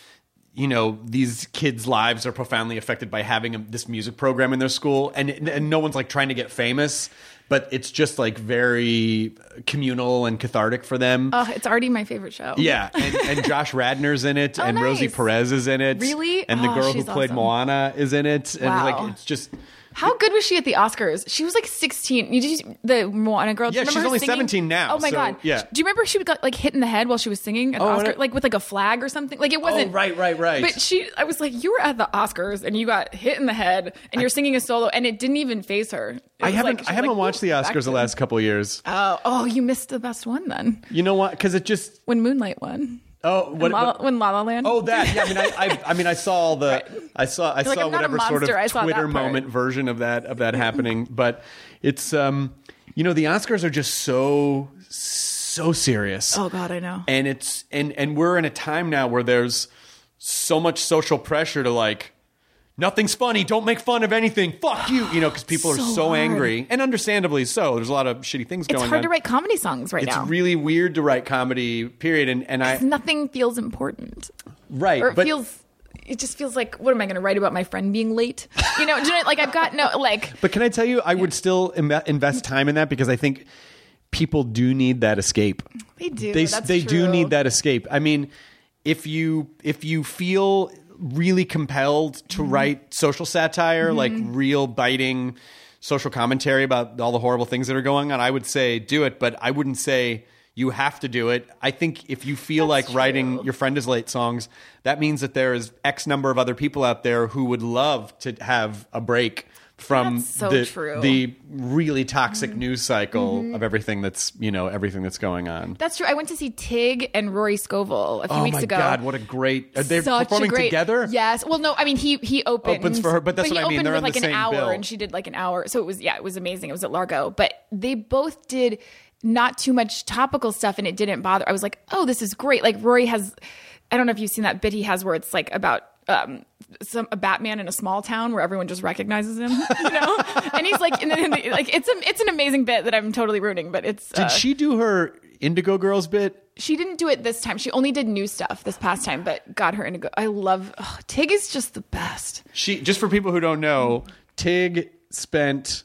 [SPEAKER 2] you know these kids' lives are profoundly affected by having a, this music program in their school, and and no one's like trying to get famous. But it's just like very communal and cathartic for them.
[SPEAKER 6] Oh, it's already my favorite show.
[SPEAKER 2] Yeah, and, and Josh Radner's in it,
[SPEAKER 6] Oh,
[SPEAKER 2] and Rosie
[SPEAKER 6] nice.
[SPEAKER 2] Perez is in it.
[SPEAKER 6] Really?
[SPEAKER 2] And the
[SPEAKER 6] Oh,
[SPEAKER 2] girl who
[SPEAKER 6] she's
[SPEAKER 2] played
[SPEAKER 6] awesome.
[SPEAKER 2] Moana is in it. And
[SPEAKER 6] Wow.
[SPEAKER 2] like it's just
[SPEAKER 6] How good was she at the Oscars? She was like 16. You did the Moana girl. do
[SPEAKER 2] Yeah,
[SPEAKER 6] you remember
[SPEAKER 2] she's
[SPEAKER 6] her
[SPEAKER 2] only
[SPEAKER 6] singing?
[SPEAKER 2] 17 now,
[SPEAKER 6] Oh my
[SPEAKER 2] so,
[SPEAKER 6] god.
[SPEAKER 2] yeah.
[SPEAKER 6] Do you remember she got like hit in the head while she was singing at the
[SPEAKER 2] Oh,
[SPEAKER 6] Oscar,
[SPEAKER 2] and I-
[SPEAKER 6] like with like a flag or something? Like it wasn't.
[SPEAKER 2] right, right, right.
[SPEAKER 6] But she, I was like, you were at the Oscars and you got hit in the head and you're singing a solo and it didn't even phase her. It
[SPEAKER 2] I
[SPEAKER 6] was
[SPEAKER 2] haven't
[SPEAKER 6] like-
[SPEAKER 2] I
[SPEAKER 6] she's
[SPEAKER 2] haven't
[SPEAKER 6] like,
[SPEAKER 2] watched the
[SPEAKER 6] "Ooh, back
[SPEAKER 2] Oscars the
[SPEAKER 6] to-"
[SPEAKER 2] last couple of years.
[SPEAKER 6] Oh, oh, you missed the best one then
[SPEAKER 2] You know what? Because it just
[SPEAKER 6] when Moonlight won.
[SPEAKER 2] oh what,
[SPEAKER 6] when, La,
[SPEAKER 2] what-
[SPEAKER 6] when La La Land.
[SPEAKER 2] oh that yeah. I mean I I, I mean I saw all the I saw I
[SPEAKER 6] You're like,
[SPEAKER 2] saw
[SPEAKER 6] "I'm not a
[SPEAKER 2] whatever sort
[SPEAKER 6] monster, I
[SPEAKER 2] of
[SPEAKER 6] saw that
[SPEAKER 2] Twitter
[SPEAKER 6] part."
[SPEAKER 2] moment version of that of that happening, but it's um you know the Oscars are just so so serious.
[SPEAKER 6] Oh, God, I know.
[SPEAKER 2] and it's and and we're in a time now where there's so much social pressure to like nothing's funny don't make fun of anything fuck you you know because people
[SPEAKER 6] So
[SPEAKER 2] are so
[SPEAKER 6] hard.
[SPEAKER 2] angry and understandably so there's a lot of shitty things
[SPEAKER 6] it's
[SPEAKER 2] going
[SPEAKER 6] hard
[SPEAKER 2] on
[SPEAKER 6] to write comedy songs right
[SPEAKER 2] it's
[SPEAKER 6] now.
[SPEAKER 2] really weird to write comedy period and and i
[SPEAKER 6] Nothing feels important.
[SPEAKER 2] right
[SPEAKER 6] or it
[SPEAKER 2] but
[SPEAKER 6] feels it just feels like what am I going to write about my friend being late? You know, do you know like I've got no like
[SPEAKER 2] but can i tell you i would still Im- invest time in that because i think people do need that escape
[SPEAKER 6] they do.
[SPEAKER 2] they
[SPEAKER 6] that's
[SPEAKER 2] they do
[SPEAKER 6] true.
[SPEAKER 2] need that escape. I mean, if you if you feel really compelled to
[SPEAKER 6] Mm-hmm.
[SPEAKER 2] write social satire, like real biting social commentary about all the horrible things that are going on, I would say do it. But I wouldn't say you have to do it. I think if you feel like writing your friend is late songs, that means that there is X number of other people out there who would love to have a break from
[SPEAKER 6] That's so
[SPEAKER 2] the,
[SPEAKER 6] true. Mm-hmm.
[SPEAKER 2] the really toxic news cycle of everything that's you know everything that's going on.
[SPEAKER 6] That's true. I went to see Tig and Rory Scovel a few
[SPEAKER 2] Oh
[SPEAKER 6] weeks
[SPEAKER 2] my
[SPEAKER 6] ago.
[SPEAKER 2] god, what a great! Are they
[SPEAKER 6] Such a
[SPEAKER 2] performing
[SPEAKER 6] great-
[SPEAKER 2] together?
[SPEAKER 6] Yes. Well, no. I mean, he he opened
[SPEAKER 2] Opens for her, but that's
[SPEAKER 6] he
[SPEAKER 2] what I mean,
[SPEAKER 6] opened
[SPEAKER 2] they're
[SPEAKER 6] with
[SPEAKER 2] on
[SPEAKER 6] like
[SPEAKER 2] the
[SPEAKER 6] an
[SPEAKER 2] same
[SPEAKER 6] hour,
[SPEAKER 2] bill.
[SPEAKER 6] and she did like an hour. So it was yeah, it was amazing. It was at Largo, but they both did not too much topical stuff, and it didn't bother. I was like, oh, this is great. Like Rory has, I don't know if you've seen that bit he has where it's like about. Um, some a Batman in a small town where everyone just recognizes him, you know, and he's like, and then, like it's a, it's an amazing bit that I'm totally ruining, but it's uh,
[SPEAKER 2] Did she do her Indigo Girls bit?
[SPEAKER 6] she didn't do it this time. She only did new stuff this past time, but got her into. I love oh, Tig is just the best.
[SPEAKER 2] She just for people who don't know, Tig spent,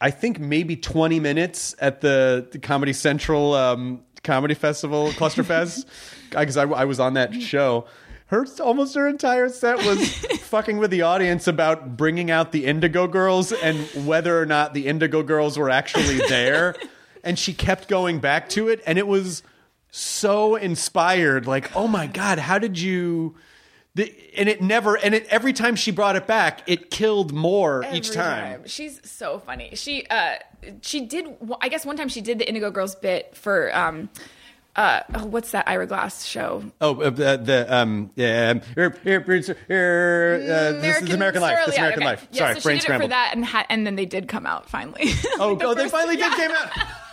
[SPEAKER 2] I think maybe twenty minutes at the, the Comedy Central um, Comedy Festival Clusterfest because I, I was on that show. Her almost her entire set was fucking with the audience about bringing out the Indigo Girls and whether or not the Indigo Girls were actually there, and she kept going back to it, and it was so inspired. Like, oh my god, how did you? The, and it never. And it every time she brought it back, it killed more each
[SPEAKER 6] Every
[SPEAKER 2] time.
[SPEAKER 6] she's so funny. She uh she did. I guess one time she did the Indigo Girls bit for um uh oh, what's that Ira Glass show?
[SPEAKER 2] Oh, uh, the, the um, yeah, um, er, er, er, er, uh, this is American Life. This is
[SPEAKER 6] Surly-
[SPEAKER 2] American
[SPEAKER 6] okay.
[SPEAKER 2] Life.
[SPEAKER 6] Yeah,
[SPEAKER 2] Sorry,
[SPEAKER 6] so she
[SPEAKER 2] brain
[SPEAKER 6] did
[SPEAKER 2] scrambled.
[SPEAKER 6] it for that, and ha- and then they did come out finally.
[SPEAKER 2] Oh,
[SPEAKER 6] Like the
[SPEAKER 2] oh, they
[SPEAKER 6] first-
[SPEAKER 2] finally did
[SPEAKER 6] yeah.
[SPEAKER 2] came out.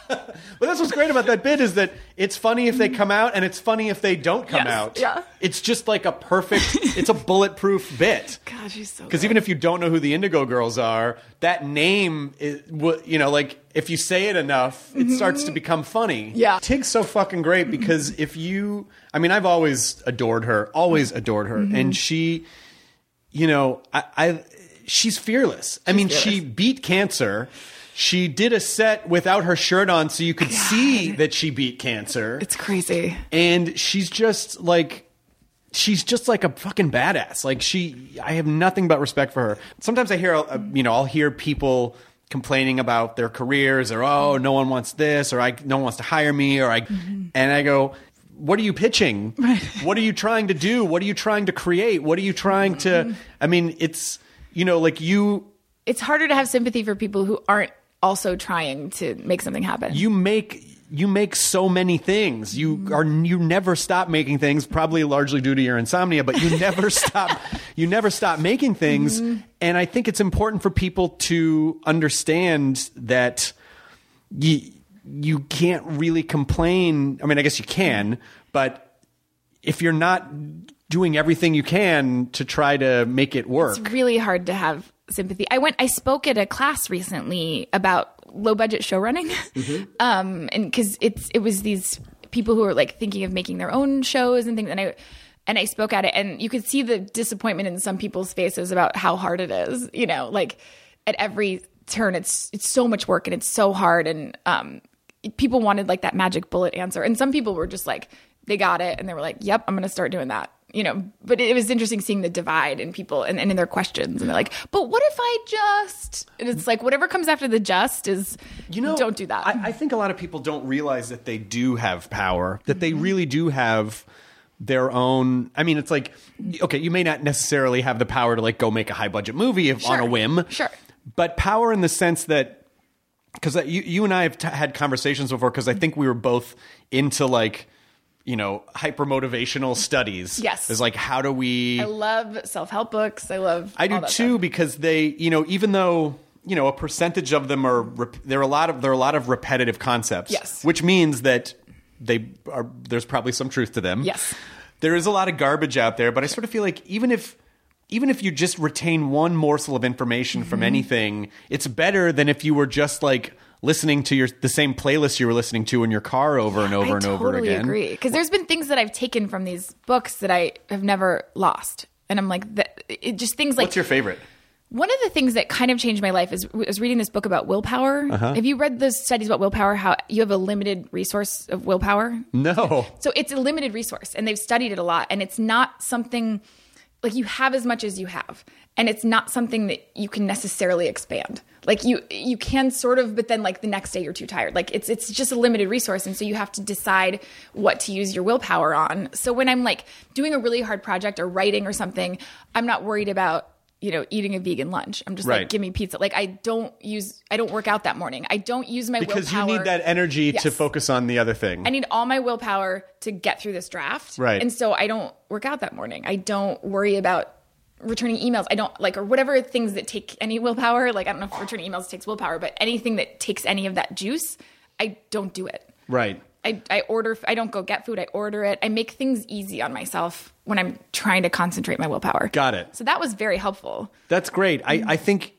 [SPEAKER 2] well, that's what's great about that bit is that it's funny if they come out and it's funny if they don't come
[SPEAKER 6] Yes,
[SPEAKER 2] out.
[SPEAKER 6] yeah.
[SPEAKER 2] It's just like a perfect, it's a bulletproof bit.
[SPEAKER 6] God, she's so.
[SPEAKER 2] Because
[SPEAKER 6] good.
[SPEAKER 2] even if you don't know who the Indigo Girls are, that name, is, wha- you know, like if you say it enough, it starts to become funny.
[SPEAKER 6] Mm-hmm. Yeah.
[SPEAKER 2] Tig's so fucking great because if you, I mean, I've always adored her, always adored
[SPEAKER 6] Mm-hmm.
[SPEAKER 2] her, and she, you know, I, I she's fearless. I mean, she beat cancer. She did a set without her shirt on, so you could see that she beat cancer
[SPEAKER 6] it's crazy.
[SPEAKER 2] and she's just like she's just like a fucking badass like she i have nothing but respect for her sometimes i hear uh, you know i'll hear people complaining about their careers or oh no one wants this or i no one wants to hire me or i and i go what are you pitching what are you trying to do what are you trying to create what are you trying to i mean it's you know, like you
[SPEAKER 6] It's harder to have sympathy for people who aren't also trying to make something happen.
[SPEAKER 2] you make you make so many things. You are you never stop making things, probably largely due to your insomnia, but you never stop you never stop making things. And I think it's important for people to understand that you you can't really complain. I mean, I guess you can, but if you're not doing everything you can to try to make it work.
[SPEAKER 6] it's really hard to have sympathy. I went, I spoke at a class recently about low budget show running, um, and because it's it was these people who are like thinking of making their own shows and things, and I. And I spoke at it, and you could see the disappointment in some people's faces about how hard it is. You know, like at every turn, it's it's so much work and it's so hard. And um, people wanted like that magic bullet answer, and some people were just like, they got it, and they were like, "Yep, I'm going to start doing that." you know, but it was interesting seeing the divide in people and, and in their questions. And they're like, but what if I just, and it's like, whatever comes after the just is,
[SPEAKER 2] you know
[SPEAKER 6] don't do that.
[SPEAKER 2] I, I think a lot of people don't realize that they do have power that
[SPEAKER 6] Mm-hmm.
[SPEAKER 2] they really do have their own i mean it's like okay you may not necessarily have the power to like go make a high budget movie if, on a
[SPEAKER 6] Sure.
[SPEAKER 2] whim
[SPEAKER 6] Sure.
[SPEAKER 2] but power in the sense that because you, you and i have t- had conversations before because i
[SPEAKER 6] Mm-hmm.
[SPEAKER 2] think we were both into like you know hyper motivational studies
[SPEAKER 6] Yes.
[SPEAKER 2] it's like how do we
[SPEAKER 6] I love self help books. I love,
[SPEAKER 2] I do
[SPEAKER 6] all
[SPEAKER 2] too
[SPEAKER 6] that stuff.
[SPEAKER 2] because they, you know, even though you know a percentage of them are rep- there are a lot of there are a lot of repetitive concepts.
[SPEAKER 6] Yes.
[SPEAKER 2] which means that they are there's probably some truth to them.
[SPEAKER 6] Yes.
[SPEAKER 2] there is a lot of garbage out there, but I sort of feel like even if even if you just retain one morsel of information from
[SPEAKER 6] Mm-hmm.
[SPEAKER 2] anything, it's better than if you were just like listening to your the same playlist you were listening to in your car over and over
[SPEAKER 6] I
[SPEAKER 2] and
[SPEAKER 6] totally
[SPEAKER 2] over again.
[SPEAKER 6] agree. Because there's been things that I've taken from these books that I have never lost. And I'm like, that, it just things like.
[SPEAKER 2] What's your favorite?
[SPEAKER 6] One of the things that kind of changed my life is I was reading this book about willpower. Have you read those studies about willpower? How you have a limited resource of willpower?
[SPEAKER 2] No.
[SPEAKER 6] So it's a limited resource, and they've studied it a lot, and it's not something like you have as much as you have, and it's not something that you can necessarily expand. Like you you can sort of, but then like the next day you're too tired. Like it's it's just a limited resource, and so you have to decide what to use your willpower on. So when I'm like doing a really hard project or writing or something, I'm not worried about you know eating a vegan lunch. I'm just
[SPEAKER 2] Right.
[SPEAKER 6] like give me pizza. Like I don't use I don't work out that morning. I don't use my
[SPEAKER 2] Because you
[SPEAKER 6] willpower
[SPEAKER 2] need that energy to
[SPEAKER 6] Yes.
[SPEAKER 2] focus on the other thing.
[SPEAKER 6] I need all my willpower to get through this draft.
[SPEAKER 2] Right.
[SPEAKER 6] And so I don't work out that morning. I don't worry about returning emails. I don't like, or whatever things that take any willpower. Like, I don't know if returning emails takes willpower, but anything that takes any of that juice, I don't do it.
[SPEAKER 2] right.
[SPEAKER 6] I, I order, I don't go get food. I order it. I make things easy on myself when I'm trying to concentrate my willpower.
[SPEAKER 2] Got it.
[SPEAKER 6] So that was very helpful.
[SPEAKER 2] That's great. I, I think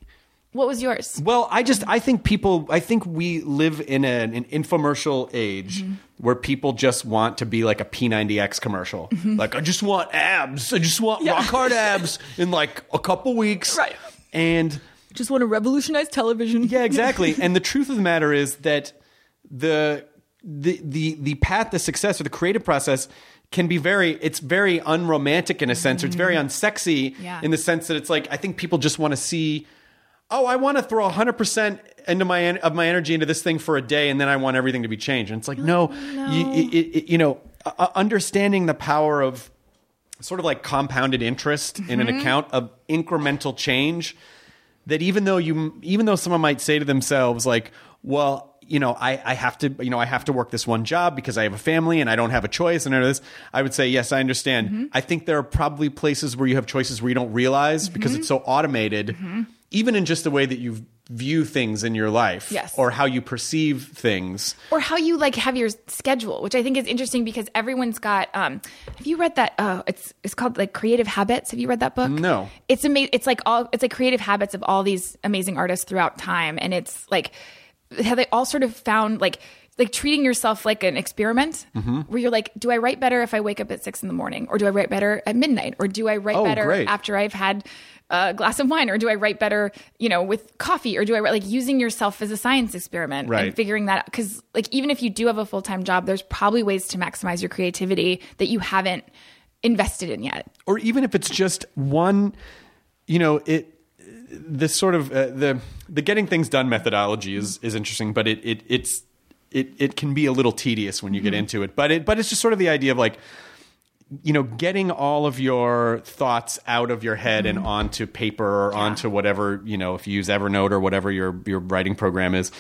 [SPEAKER 6] What was yours?
[SPEAKER 2] Well, I just I think people I think we live in an, an infomercial age where people just want to be like a P90X commercial. Like I just want abs. I just want rock hard abs in like a couple weeks.
[SPEAKER 6] Right.
[SPEAKER 2] And
[SPEAKER 6] Just want to revolutionize television.
[SPEAKER 2] yeah, exactly. and the truth of the matter is that the the the the path to success or the creative process can be very it's very unromantic in a sense or it's very unsexy
[SPEAKER 6] Yeah.
[SPEAKER 2] in the sense that it's like I think people just want to see oh I want to throw 100% into my en- of my energy into this thing for a day and then I want everything to be changed and it's like no, You, it, it, you know uh, uh, understanding the power of sort of like compounded interest in an account of incremental change that even though you even though someone might say to themselves like well you know I, I have to you know i have to work this one job because i have a family and i don't have a choice and all this i would say yes i understand i think there are probably places where you have choices where you don't realize because it's so automated even in just the way that you view things in your life
[SPEAKER 6] Yes.
[SPEAKER 2] or how you perceive things
[SPEAKER 6] or how you like have your schedule, which I think is interesting because everyone's got. Um, have you read that? Uh, it's it's called like Creative Habits. Have you read that book?
[SPEAKER 2] No.
[SPEAKER 6] It's amazing. It's like all. It's like Creative Habits of all these amazing artists throughout time, and it's like how they all sort of found like like treating yourself like an experiment
[SPEAKER 2] Mm-hmm.
[SPEAKER 6] where you're like do i write better if i wake up at six in the morning or do i write better at midnight or do i write
[SPEAKER 2] Oh,
[SPEAKER 6] better
[SPEAKER 2] great.
[SPEAKER 6] after i've had a glass of wine or do i write better you know with coffee or do i write like using yourself as a science experiment
[SPEAKER 2] Right.
[SPEAKER 6] and figuring that out because like even if you do have a full-time job there's probably ways to maximize your creativity that you haven't invested in yet
[SPEAKER 2] or even if it's just one you know it this sort of uh, the the getting things done methodology is is interesting but it it it's it it can be a little tedious when you get into it but it but it's just sort of the idea of like you know, getting all of your thoughts out of your head and onto paper or onto whatever, you know, if you use Evernote or whatever your your writing program is.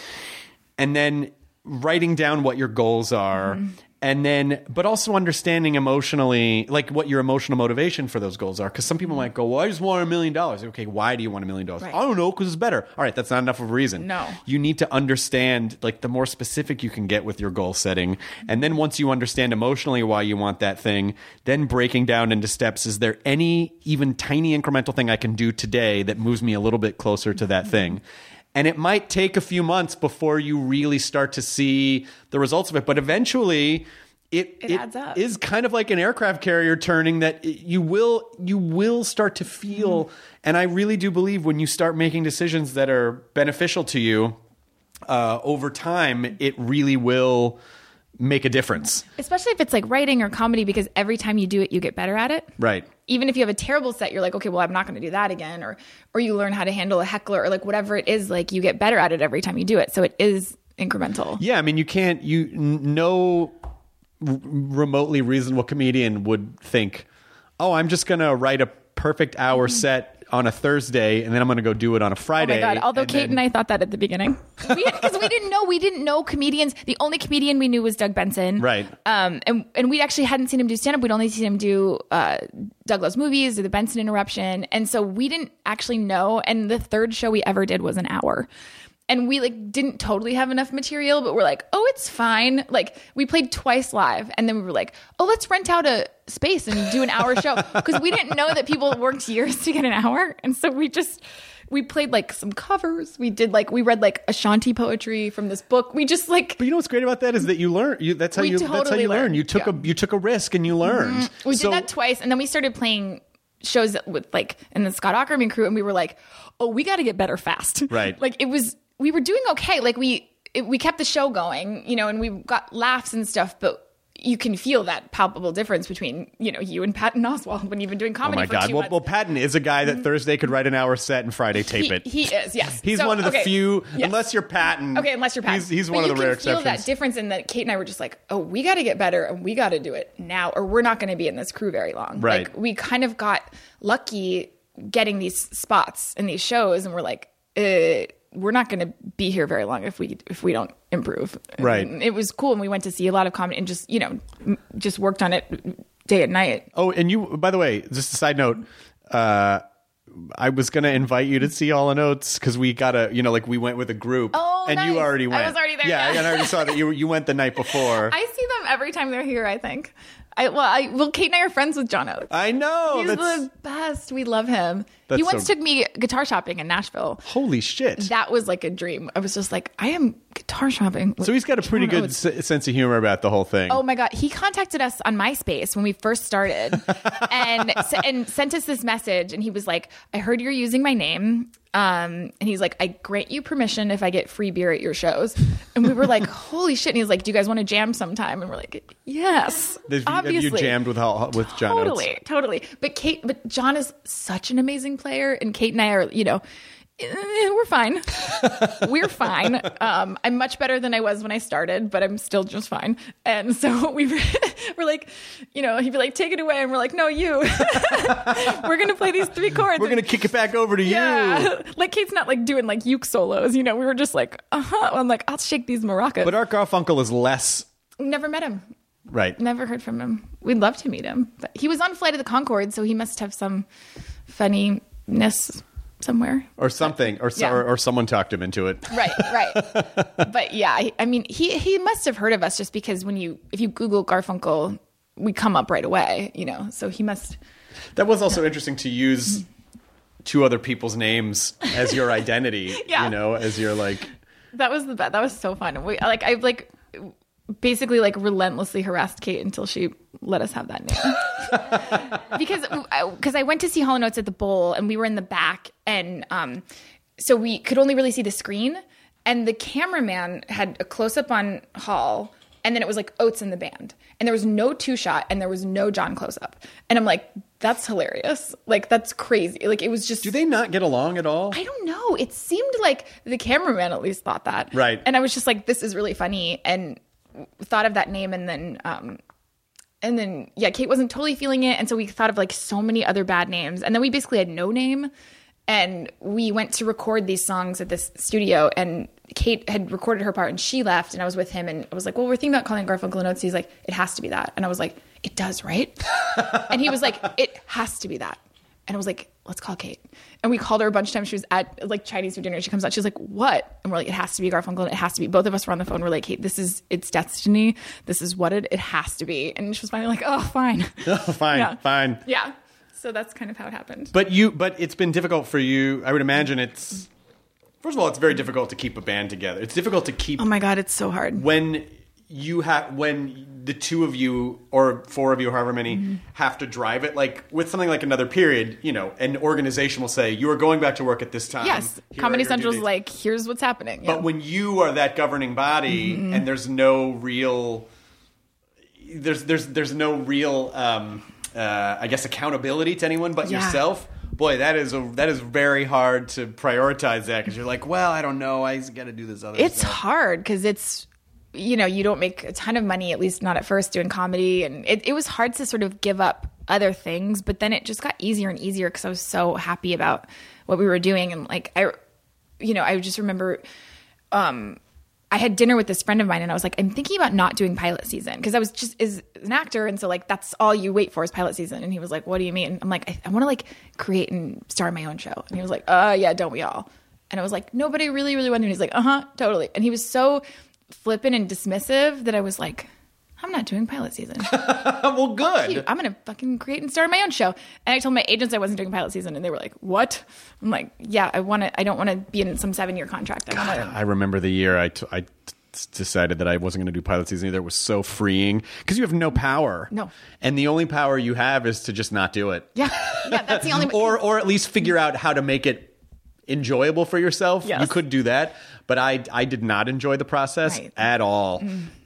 [SPEAKER 2] And then writing down what your goals are and then but also understanding emotionally like what your emotional motivation for those goals are because some people might go well i just want a million dollars okay why do you want a million dollars i don't know because it's better all right that's not enough of a reason
[SPEAKER 6] No.
[SPEAKER 2] you need to understand like the more specific you can get with your goal setting and then once you understand emotionally why you want that thing then breaking down into steps is there any even tiny incremental thing i can do today that moves me a little bit closer to that thing and it might take a few months before you really start to see the results of it but eventually it, it,
[SPEAKER 6] adds up.
[SPEAKER 2] is kind of like an aircraft carrier turning that it- you will you will start to feel and i really do believe when you start making decisions that are beneficial to you uh, over time it really will make a difference
[SPEAKER 6] Especially if it's like writing or comedy, because every time you do it, you get better at it.
[SPEAKER 2] right
[SPEAKER 6] even if you have a terrible set you're like okay well i'm not going to do that again or or you learn how to handle a heckler or like whatever it is like you get better at it every time you do it so it is incremental
[SPEAKER 2] yeah i mean you can't you n- no r- remotely reasonable comedian would think oh i'm just going to write a perfect hour set on a thursday and then i'm going to go do it on a
[SPEAKER 6] Mm-hmm. Oh
[SPEAKER 2] friday
[SPEAKER 6] my god! Although
[SPEAKER 2] and
[SPEAKER 6] Kate
[SPEAKER 2] then-
[SPEAKER 6] and I thought that at the beginning, because we, didn't know, we didn't know comedians. The only comedian we knew was Doug Benson,
[SPEAKER 2] Right.
[SPEAKER 6] Um, and and we actually hadn't seen him do stand up. We'd only seen him do uh, Douglas movies or the Benson interruption, and so we didn't actually know. And the third show we ever did was an hour, and we like didn't totally have enough material, but we're like, oh, it's fine. Like we played twice live, and then we were like, oh, let's rent out a space and do an hour show because we didn't know that people worked years to get an hour, and so we just we played like some covers. We did like we read like Ashanti poetry from this book. We just like
[SPEAKER 2] But you know what's great about that is that you learn. You, that's how
[SPEAKER 6] We
[SPEAKER 2] you. that's how
[SPEAKER 6] totally
[SPEAKER 2] you learn.
[SPEAKER 6] learned.
[SPEAKER 2] You took a you took a risk and you learned.
[SPEAKER 6] we
[SPEAKER 2] So-
[SPEAKER 6] did that twice, and then we started playing shows with like and the Scott Ackerman crew, and we were like, oh, we got to get better fast.
[SPEAKER 2] Right.
[SPEAKER 6] like it was we were doing okay. Like we it, we kept the show going, you know, and we got laughs and stuff, but. You can feel that palpable difference between you know you and Patton Oswald when you've been doing
[SPEAKER 2] oh
[SPEAKER 6] comedy.
[SPEAKER 2] my
[SPEAKER 6] for
[SPEAKER 2] god!
[SPEAKER 6] Two
[SPEAKER 2] Well,
[SPEAKER 6] months. Mm-hmm.
[SPEAKER 2] well, Patton is a guy that Thursday could write an hour set and Friday tape
[SPEAKER 6] he,
[SPEAKER 2] it.
[SPEAKER 6] he is yes.
[SPEAKER 2] he's
[SPEAKER 6] So,
[SPEAKER 2] one of the
[SPEAKER 6] okay.
[SPEAKER 2] few,
[SPEAKER 6] Yes.
[SPEAKER 2] unless you're Patton.
[SPEAKER 6] Okay, unless you're Patton.
[SPEAKER 2] He's, he's
[SPEAKER 6] But
[SPEAKER 2] one of
[SPEAKER 6] you
[SPEAKER 2] the rare
[SPEAKER 6] can feel
[SPEAKER 2] exceptions.
[SPEAKER 6] that difference in that Kate and I were just like, oh, we got to get better and we got to do it now, or we're not going to be in this crew very long.
[SPEAKER 2] Right.
[SPEAKER 6] Like, we kind of got lucky getting these spots in these shows, and we're like, uh, we're not going to be here very long if we if we don't improve.
[SPEAKER 2] Right.
[SPEAKER 6] And it was cool, and we went to see a lot of comedy and just you know m- just worked on it day and night.
[SPEAKER 2] oh, and you. By the way, just a side note. Uh, I was gonna invite you to see All in Oats because we got a, you know, like we went with a group,
[SPEAKER 6] Oh,
[SPEAKER 2] and you
[SPEAKER 6] nice.
[SPEAKER 2] already
[SPEAKER 6] I
[SPEAKER 2] went.
[SPEAKER 6] was already there,
[SPEAKER 2] Yeah,
[SPEAKER 6] yeah.
[SPEAKER 2] and I already saw that you you went the night before.
[SPEAKER 6] I see them every time they're here. I think. I, well, I, well, Kate and I are friends with John Oates.
[SPEAKER 2] I know.
[SPEAKER 6] He's
[SPEAKER 2] that's
[SPEAKER 6] the best. We love him.
[SPEAKER 2] That's
[SPEAKER 6] He once
[SPEAKER 2] so-
[SPEAKER 6] took me guitar shopping in Nashville.
[SPEAKER 2] holy shit.
[SPEAKER 6] That was like a dream. I was just like, I am guitar shopping. with
[SPEAKER 2] so he's got a pretty
[SPEAKER 6] John
[SPEAKER 2] good
[SPEAKER 6] Oates.
[SPEAKER 2] se- sense of humor about the whole thing.
[SPEAKER 6] Oh my god, he contacted us on MySpace when we first started, and s- and sent us this message. And he was like, "I heard you're using my name." Um, and he's like, "I grant you permission if I get free beer at your shows." And we were like, "Holy shit!" And he's like, "Do you guys want to jam sometime?" And we're like, "Yes."
[SPEAKER 2] Have you- have you
[SPEAKER 6] obviously.
[SPEAKER 2] jammed with Hal- with John Oates?
[SPEAKER 6] Totally, totally. But Kate, but John is such an amazing player, and Kate and I are, you know, eh, we're fine. we're fine. Um, I'm much better than I was when I started, but I'm still just fine. And so we were, we're like, you know, he'd be like, take it away, and we're like, no, you. we're gonna play these three chords.
[SPEAKER 2] We're gonna kick it back over to you.
[SPEAKER 6] yeah, like Kate's not like doing like uke solos, you know. We were just like, uh huh. I'm like, I'll shake these maracas.
[SPEAKER 2] But Art Garfunkel is less
[SPEAKER 6] Never met him.
[SPEAKER 2] right.
[SPEAKER 6] Never heard from him. We'd love to meet him. But he was on Flight of the Concord, so he must have some funniness somewhere.
[SPEAKER 2] Or something, or, so,
[SPEAKER 6] Yeah.
[SPEAKER 2] or or someone talked him into it.
[SPEAKER 6] Right, right. but yeah, I, I mean, he he must have heard of us just because when you if you Google Garfunkel, we come up right away, you know. So he must.
[SPEAKER 2] That was also interesting to use two other people's names as your identity.
[SPEAKER 6] Yeah.
[SPEAKER 2] You know, as your like
[SPEAKER 6] That was the best. That was so fun. We like I like basically like relentlessly harassed Kate until she let us have that name. because because I went to see Hall and Oates at the bowl and we were in the back and um so we could only really see the screen and the cameraman had a close up on Hall and then it was like Oates in the band and there was no two shot and there was no John close up and I'm like that's hilarious like that's crazy like it was just
[SPEAKER 2] Do they not get along at all?
[SPEAKER 6] I don't know. It seemed like the cameraman at least thought that.
[SPEAKER 2] Right.
[SPEAKER 6] And I was just like, this is really funny, and thought of that name, and then um, and then yeah, Kate wasn't totally feeling it, and so we thought of like so many other bad names, and then we basically had no name, and we went to record these songs at this studio, and Kate had recorded her part, and she left, and I was with him, and I was like, well, we're thinking about calling Garfunkel Notes. He's like, it has to be that, and I was like, it does, right? and he was like, it has to be that, and I was like, let's call Kate, and we called her a bunch of times. She was at like Chinese food dinner. She comes out, she's like, what? And we're like, it has to be Garfunkel. And it has to be. Both of us were on the phone. We're like, Kate, this is it's destiny. This is what it it has to be. And she was finally like, oh, fine.
[SPEAKER 2] fine,
[SPEAKER 6] Yeah.
[SPEAKER 2] fine.
[SPEAKER 6] Yeah. So that's kind of how it happened.
[SPEAKER 2] But you, but it's been difficult for you. I would imagine it's first of all, it's very difficult to keep a band together. It's difficult to keep
[SPEAKER 6] oh my god, it's so hard.
[SPEAKER 2] when you have when the two of you or four of you, however many,
[SPEAKER 6] Mm-hmm.
[SPEAKER 2] have to drive it. Like with something like another period, you know, an organization will say you are going back to work at this time.
[SPEAKER 6] yes,
[SPEAKER 2] Here are
[SPEAKER 6] Comedy
[SPEAKER 2] your
[SPEAKER 6] Central's
[SPEAKER 2] duties."
[SPEAKER 6] like, here's what's happening. Yeah. Mm-hmm.
[SPEAKER 2] But when you are that governing body, and there's no real, there's there's there's no real, um, uh, I guess, accountability to anyone but
[SPEAKER 6] Yeah.
[SPEAKER 2] yourself. Boy, that is a, that is very hard to prioritize that because you're like, well, I don't know, I got to do this other.
[SPEAKER 6] it's
[SPEAKER 2] stuff.
[SPEAKER 6] hard because it's you know you don't make a ton of money at least not at first doing comedy and it, it was hard to sort of give up other things but then it just got easier and easier because i was so happy about what we were doing and like i you know i just remember um I had dinner with this friend of mine and I was like, I'm thinking about not doing pilot season because I was just is an actor and so like that's all you wait for is pilot season. And he was like, What do you mean? I'm like, I, I want to like create and star my own show. And he was like, Uh yeah, don't we all? And I was like, No, but I really, really want to. And he's like, Uh huh, totally. And he was so flippant and dismissive that I was like, I'm not doing pilot season.
[SPEAKER 2] well, good.
[SPEAKER 6] Phew, I'm gonna fucking create and start my own show. And I told my agents I wasn't doing pilot season, and they were like, "What?" I'm like, "Yeah, I want to. I don't want to be in some seven year contract. I want to
[SPEAKER 2] I remember the year I, t- I t- decided that I wasn't going to do pilot season either. It was so freeing because you have no power.
[SPEAKER 6] No.
[SPEAKER 2] And the only power you have is to just not do it.
[SPEAKER 6] Yeah, yeah, that's the only way.
[SPEAKER 2] or, or at least figure out how to make it enjoyable for yourself.
[SPEAKER 6] Yes.
[SPEAKER 2] You could do that. But I, I did not enjoy the process
[SPEAKER 6] Right. Mm.
[SPEAKER 2] at all.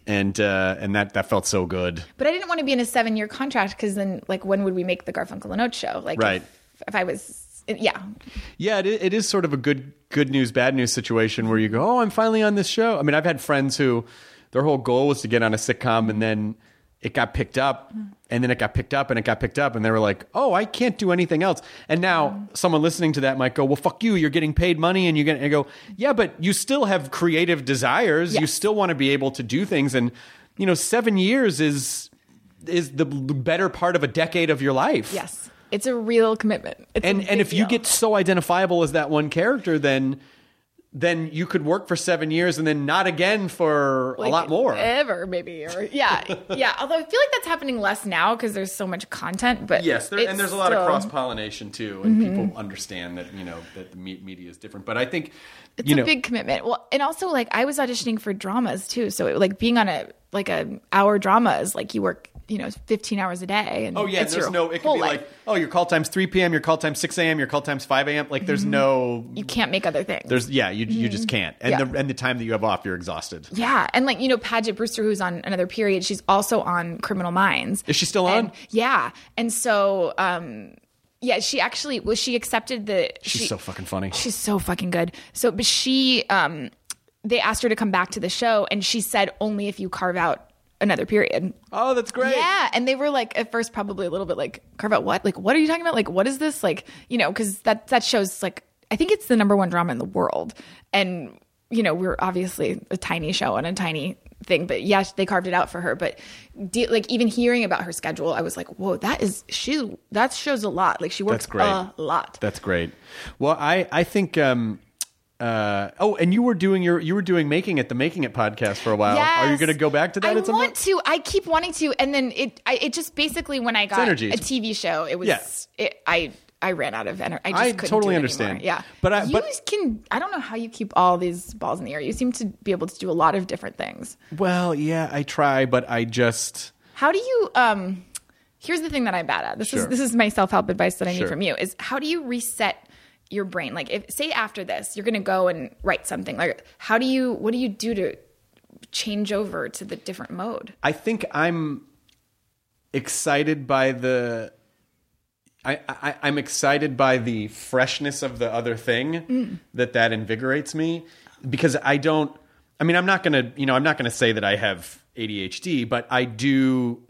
[SPEAKER 2] And, uh, and that, that felt so good.
[SPEAKER 6] but I didn't want to be in a seven year contract because then, like, when would we make the Garfunkel and Oates show? Like,
[SPEAKER 2] Right.
[SPEAKER 6] if, if I was, yeah,
[SPEAKER 2] Yeah, it, i- it is sort of a good good news bad news situation where you go, oh, I'm finally on this show. I mean, I've had friends who their whole goal was to get on a sitcom, and then it got picked up, and then it got picked up, and it got picked up, and they were like, oh, I can't do anything else. And now
[SPEAKER 6] Mm.
[SPEAKER 2] someone listening to that might go, well, fuck you, you're getting paid money, and you get. And I go, yeah, but you still have creative desires. You
[SPEAKER 6] Yes.
[SPEAKER 2] still want to be able to do things, and you know, seven years is is the b- better part of a decade of your life
[SPEAKER 6] yes, it's a real commitment. It's a
[SPEAKER 2] and
[SPEAKER 6] big
[SPEAKER 2] and if you
[SPEAKER 6] deal.
[SPEAKER 2] get so identifiable as that one character then then you could work for seven years and then not again for a
[SPEAKER 6] Like, eh,
[SPEAKER 2] lot more
[SPEAKER 6] ever maybe or yeah yeah although i feel like that's happening less now because there's so much content but
[SPEAKER 2] yes there,
[SPEAKER 6] it's uh, Mm-hmm.
[SPEAKER 2] and there's a lot
[SPEAKER 6] still-
[SPEAKER 2] of cross pollination too and people understand that you know that the me- media is different but i think
[SPEAKER 6] it's
[SPEAKER 2] you
[SPEAKER 6] a
[SPEAKER 2] know
[SPEAKER 6] big commitment. Well, and also like I was auditioning for dramas too, so it, like being on a like a hour drama is like you work you know fifteen hours a day. And
[SPEAKER 2] Oh yeah,
[SPEAKER 6] it's
[SPEAKER 2] there's
[SPEAKER 6] your
[SPEAKER 2] no. It could
[SPEAKER 6] whole
[SPEAKER 2] be
[SPEAKER 6] life.
[SPEAKER 2] like, oh, your call time's 3 p.m., your call time's 6 a.m., your call time's 5 a.m. Like, there's no,
[SPEAKER 6] Mm-hmm. you can't make other things.
[SPEAKER 2] there's yeah, you you just can't. And
[SPEAKER 6] Yeah.
[SPEAKER 2] the and the time that you have off, you're exhausted.
[SPEAKER 6] yeah, and like you know Paget Brewster, who's on another period, she's also on Criminal Minds.
[SPEAKER 2] Is she still on?
[SPEAKER 6] And- yeah, and so um, yeah, she actually well she accepted the
[SPEAKER 2] She's
[SPEAKER 6] she-
[SPEAKER 2] so fucking funny.
[SPEAKER 6] She's so fucking good. So, but she, um, they asked her to come back to the show, and she said only if you carve out another period.
[SPEAKER 2] oh, that's great.
[SPEAKER 6] Yeah, and they were like at first probably a little bit like carve out what? Like what are you talking about? Like what is this? Like you know because that that shows like I think it's the number one drama in the world, and you know we're obviously a tiny show and a tiny thing, but yeah, they carved it out for her. But de- like even hearing about her schedule, I was like, whoa, that is she's that shows a lot. Like she
[SPEAKER 2] That's
[SPEAKER 6] works
[SPEAKER 2] great.
[SPEAKER 6] a lot.
[SPEAKER 2] That's great. Well, I I think um uh oh, and you were doing your you were doing making it the making it podcast for a while. Are you
[SPEAKER 6] Yes.
[SPEAKER 2] going to go back to that?
[SPEAKER 6] I
[SPEAKER 2] at some
[SPEAKER 6] want
[SPEAKER 2] point?
[SPEAKER 6] to. I keep wanting to, and then it. I, it just basically when I got
[SPEAKER 2] energy.
[SPEAKER 6] a TV show, it was.
[SPEAKER 2] Yes.
[SPEAKER 6] It, I I ran out of energy. I, just
[SPEAKER 2] I
[SPEAKER 6] couldn't
[SPEAKER 2] totally
[SPEAKER 6] do it
[SPEAKER 2] understand.
[SPEAKER 6] anymore. Yeah,
[SPEAKER 2] But I-
[SPEAKER 6] you
[SPEAKER 2] but-
[SPEAKER 6] can. I don't know how you keep all these balls in the air. You seem to be able to do a lot of different things.
[SPEAKER 2] Well, yeah, I try, but I just
[SPEAKER 6] How do you? Um, here's the thing that I'm bad at. This
[SPEAKER 2] Sure.
[SPEAKER 6] is this is my self help advice that I
[SPEAKER 2] Sure.
[SPEAKER 6] need from you. Is how do you reset your brain? Like, if say after this, you're gonna go and write something. Like, how do you? What do you do to change over to the different mode?
[SPEAKER 2] I think I'm excited by the I, I I'm excited by the freshness of the other thing
[SPEAKER 6] Mm.
[SPEAKER 2] that that invigorates me because I don't I mean I'm not going to you know I'm not going to say that I have ADHD but I do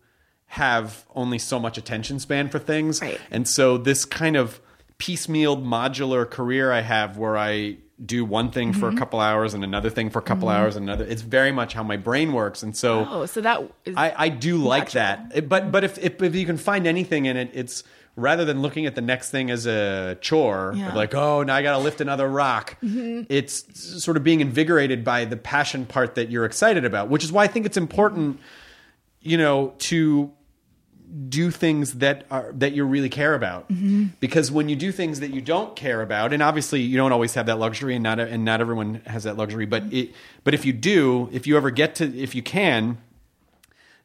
[SPEAKER 2] have only so much attention span for things.
[SPEAKER 6] Right.
[SPEAKER 2] And so this kind of piecemealed modular career I have where I do one thing for
[SPEAKER 6] Mm-hmm.
[SPEAKER 2] a couple hours and another thing for a couple hours and another it's very much how my brain works and so
[SPEAKER 6] Oh, so that is
[SPEAKER 2] I, I do like that. It- But but if, if if you can find anything in it, it's rather than looking at the next thing as a chore,
[SPEAKER 6] Yeah. Mm-hmm.
[SPEAKER 2] like oh now I got to lift another rock. It's s- sort of being invigorated by the passion part that you're excited about, which is why I think it's important, you know, to do things that are that you really care about
[SPEAKER 6] Mm-hmm.
[SPEAKER 2] because when you do things that you don't care about and obviously you don't always have that luxury and not and not everyone has that luxury but it but if you do if you ever get to if you can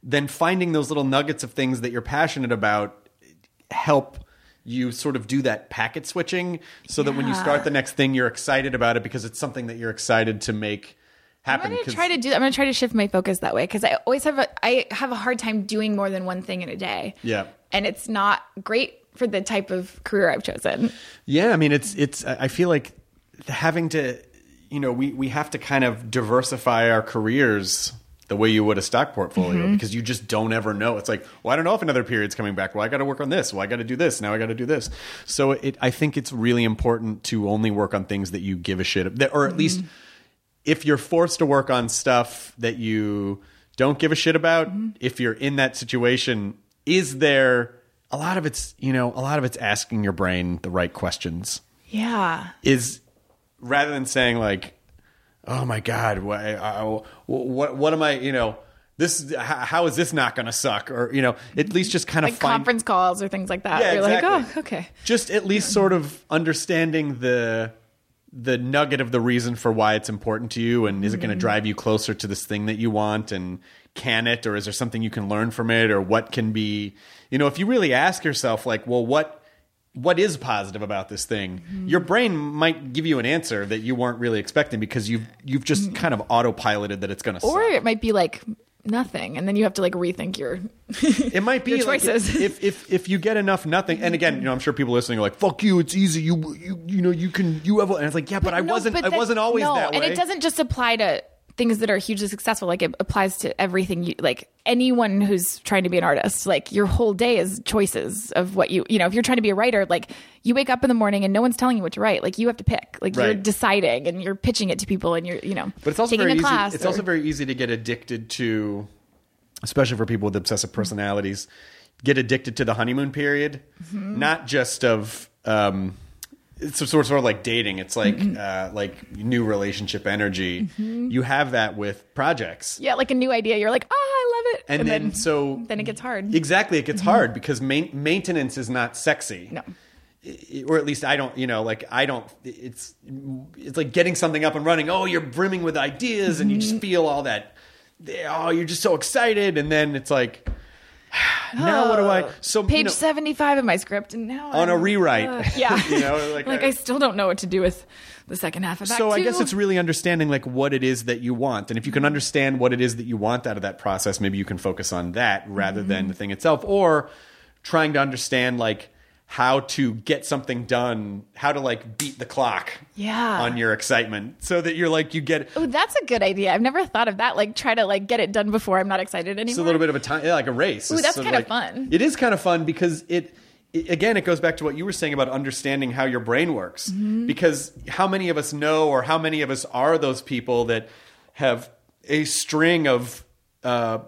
[SPEAKER 2] then finding those little nuggets of things that you're passionate about help you sort of do that packet switching so that when you start the next thing you're excited about it because it's something that you're excited to make happen
[SPEAKER 6] I'm gonna
[SPEAKER 2] 'Cause-
[SPEAKER 6] try to do. I'm gonna try to shift my focus that way because I always have a I have a hard time doing more than one thing in a day.
[SPEAKER 2] Yeah.
[SPEAKER 6] and it's not great for the type of career I've chosen.
[SPEAKER 2] Yeah, I mean, it's it's. I I feel like having to, you know, we we have to kind of diversify our careers the way you would a stock portfolio because you just don't ever know. It's like, well, I don't know if another period's coming back. Well, I got to work on this. Well, I got to do this. Now I got to do this. So it, I think it's really important to only work on things that you give a shit, that, or at least if you're forced to work on stuff that you don't give a shit about, if you're in that situation, is there a lot of it's, you know, a lot of it's asking your brain the right questions.
[SPEAKER 6] Yeah,
[SPEAKER 2] Is rather than saying like, "Oh my god, what what, what am I, you know, this how, how is this not going to suck?" or you know, at least just kind of
[SPEAKER 6] like
[SPEAKER 2] find
[SPEAKER 6] conference calls or things like that.
[SPEAKER 2] Yeah,
[SPEAKER 6] You're like, oh,
[SPEAKER 2] exactly.
[SPEAKER 6] okay.
[SPEAKER 2] just at least sort of understanding the the nugget of the reason for why it's important to you and is it going to drive you closer to this thing that you want and can it or is there something you can learn from it or what can be you know if you really ask yourself like well what what is positive about this thing your brain might give you an answer that you weren't really expecting because you've you've just kind of autopiloted that it's going to
[SPEAKER 6] Or it might be like nothing, and then you have to like rethink your.
[SPEAKER 2] it might be
[SPEAKER 6] Your
[SPEAKER 2] like,
[SPEAKER 6] choices.
[SPEAKER 2] if if if you get enough nothing and again you know i'm sure people listening are like fuck you it's easy you you you know you can you have a-" and it's like yeah but, i
[SPEAKER 6] No,
[SPEAKER 2] wasn't
[SPEAKER 6] but
[SPEAKER 2] i
[SPEAKER 6] that-
[SPEAKER 2] wasn't always
[SPEAKER 6] no,
[SPEAKER 2] that way
[SPEAKER 6] and it doesn't just apply to things that are hugely successful. Like it applies to everything. You like anyone who's trying to be an artist. Like your whole day is choices of what you you know. If you're trying to be a writer, like you wake up in the morning and no one's telling you what to write. Like you have to pick. Like you're
[SPEAKER 2] Right.
[SPEAKER 6] deciding and you're pitching it to people and you're you know.
[SPEAKER 2] but it's also
[SPEAKER 6] taking
[SPEAKER 2] very
[SPEAKER 6] a
[SPEAKER 2] easy
[SPEAKER 6] class.
[SPEAKER 2] it's
[SPEAKER 6] or-
[SPEAKER 2] also very easy to get addicted to especially for people with obsessive personalities get addicted to the honeymoon period
[SPEAKER 6] Mm-hmm.
[SPEAKER 2] not just of um it's sort of, sort of like dating. It's like
[SPEAKER 6] Mm-hmm.
[SPEAKER 2] uh, like new relationship energy. You have that with projects.
[SPEAKER 6] yeah, like a new idea. You're like, oh, I love it.
[SPEAKER 2] and, then, so
[SPEAKER 6] then it gets hard. Mm-hmm.
[SPEAKER 2] Exactly, it gets hard because main, maintenance is not sexy.
[SPEAKER 6] No.
[SPEAKER 2] I- or at least I don't. You know, like I don't. It's it's like getting something up and running. Oh, you're brimming with ideas, and you
[SPEAKER 6] Mm-hmm.
[SPEAKER 2] just feel all that. Oh, you're just so excited, and then it's like. Now what do I? So you
[SPEAKER 6] Oh, page
[SPEAKER 2] know,
[SPEAKER 6] 75 of my script and now
[SPEAKER 2] on a
[SPEAKER 6] I'm-
[SPEAKER 2] rewrite.
[SPEAKER 6] yeah
[SPEAKER 2] you know, like,
[SPEAKER 6] like I, still don't know what to do with the second half of that
[SPEAKER 2] so I guess it's really understanding like what it is that you want, and if you can understand what it is that you want out of that process, maybe you can focus on that rather
[SPEAKER 6] Mm-hmm.
[SPEAKER 2] than the thing itself, or trying to understand like how to get something done, how to like beat the clock,
[SPEAKER 6] Yeah.
[SPEAKER 2] on your excitement, so that you're like you get
[SPEAKER 6] oh that's a good idea i've never thought of that like try to like get it done before i'm not excited anymore
[SPEAKER 2] It's a little bit of a time, yeah, like a race.
[SPEAKER 6] Ooh,
[SPEAKER 2] It's
[SPEAKER 6] that's
[SPEAKER 2] sort
[SPEAKER 6] kinda
[SPEAKER 2] like-
[SPEAKER 6] fun.
[SPEAKER 2] It is kind of fun because it, it- again, it goes back to what you were saying about understanding how your brain works.
[SPEAKER 6] Mm-hmm.
[SPEAKER 2] Because how many of us know, or how many of us are those people that have a string of, uh,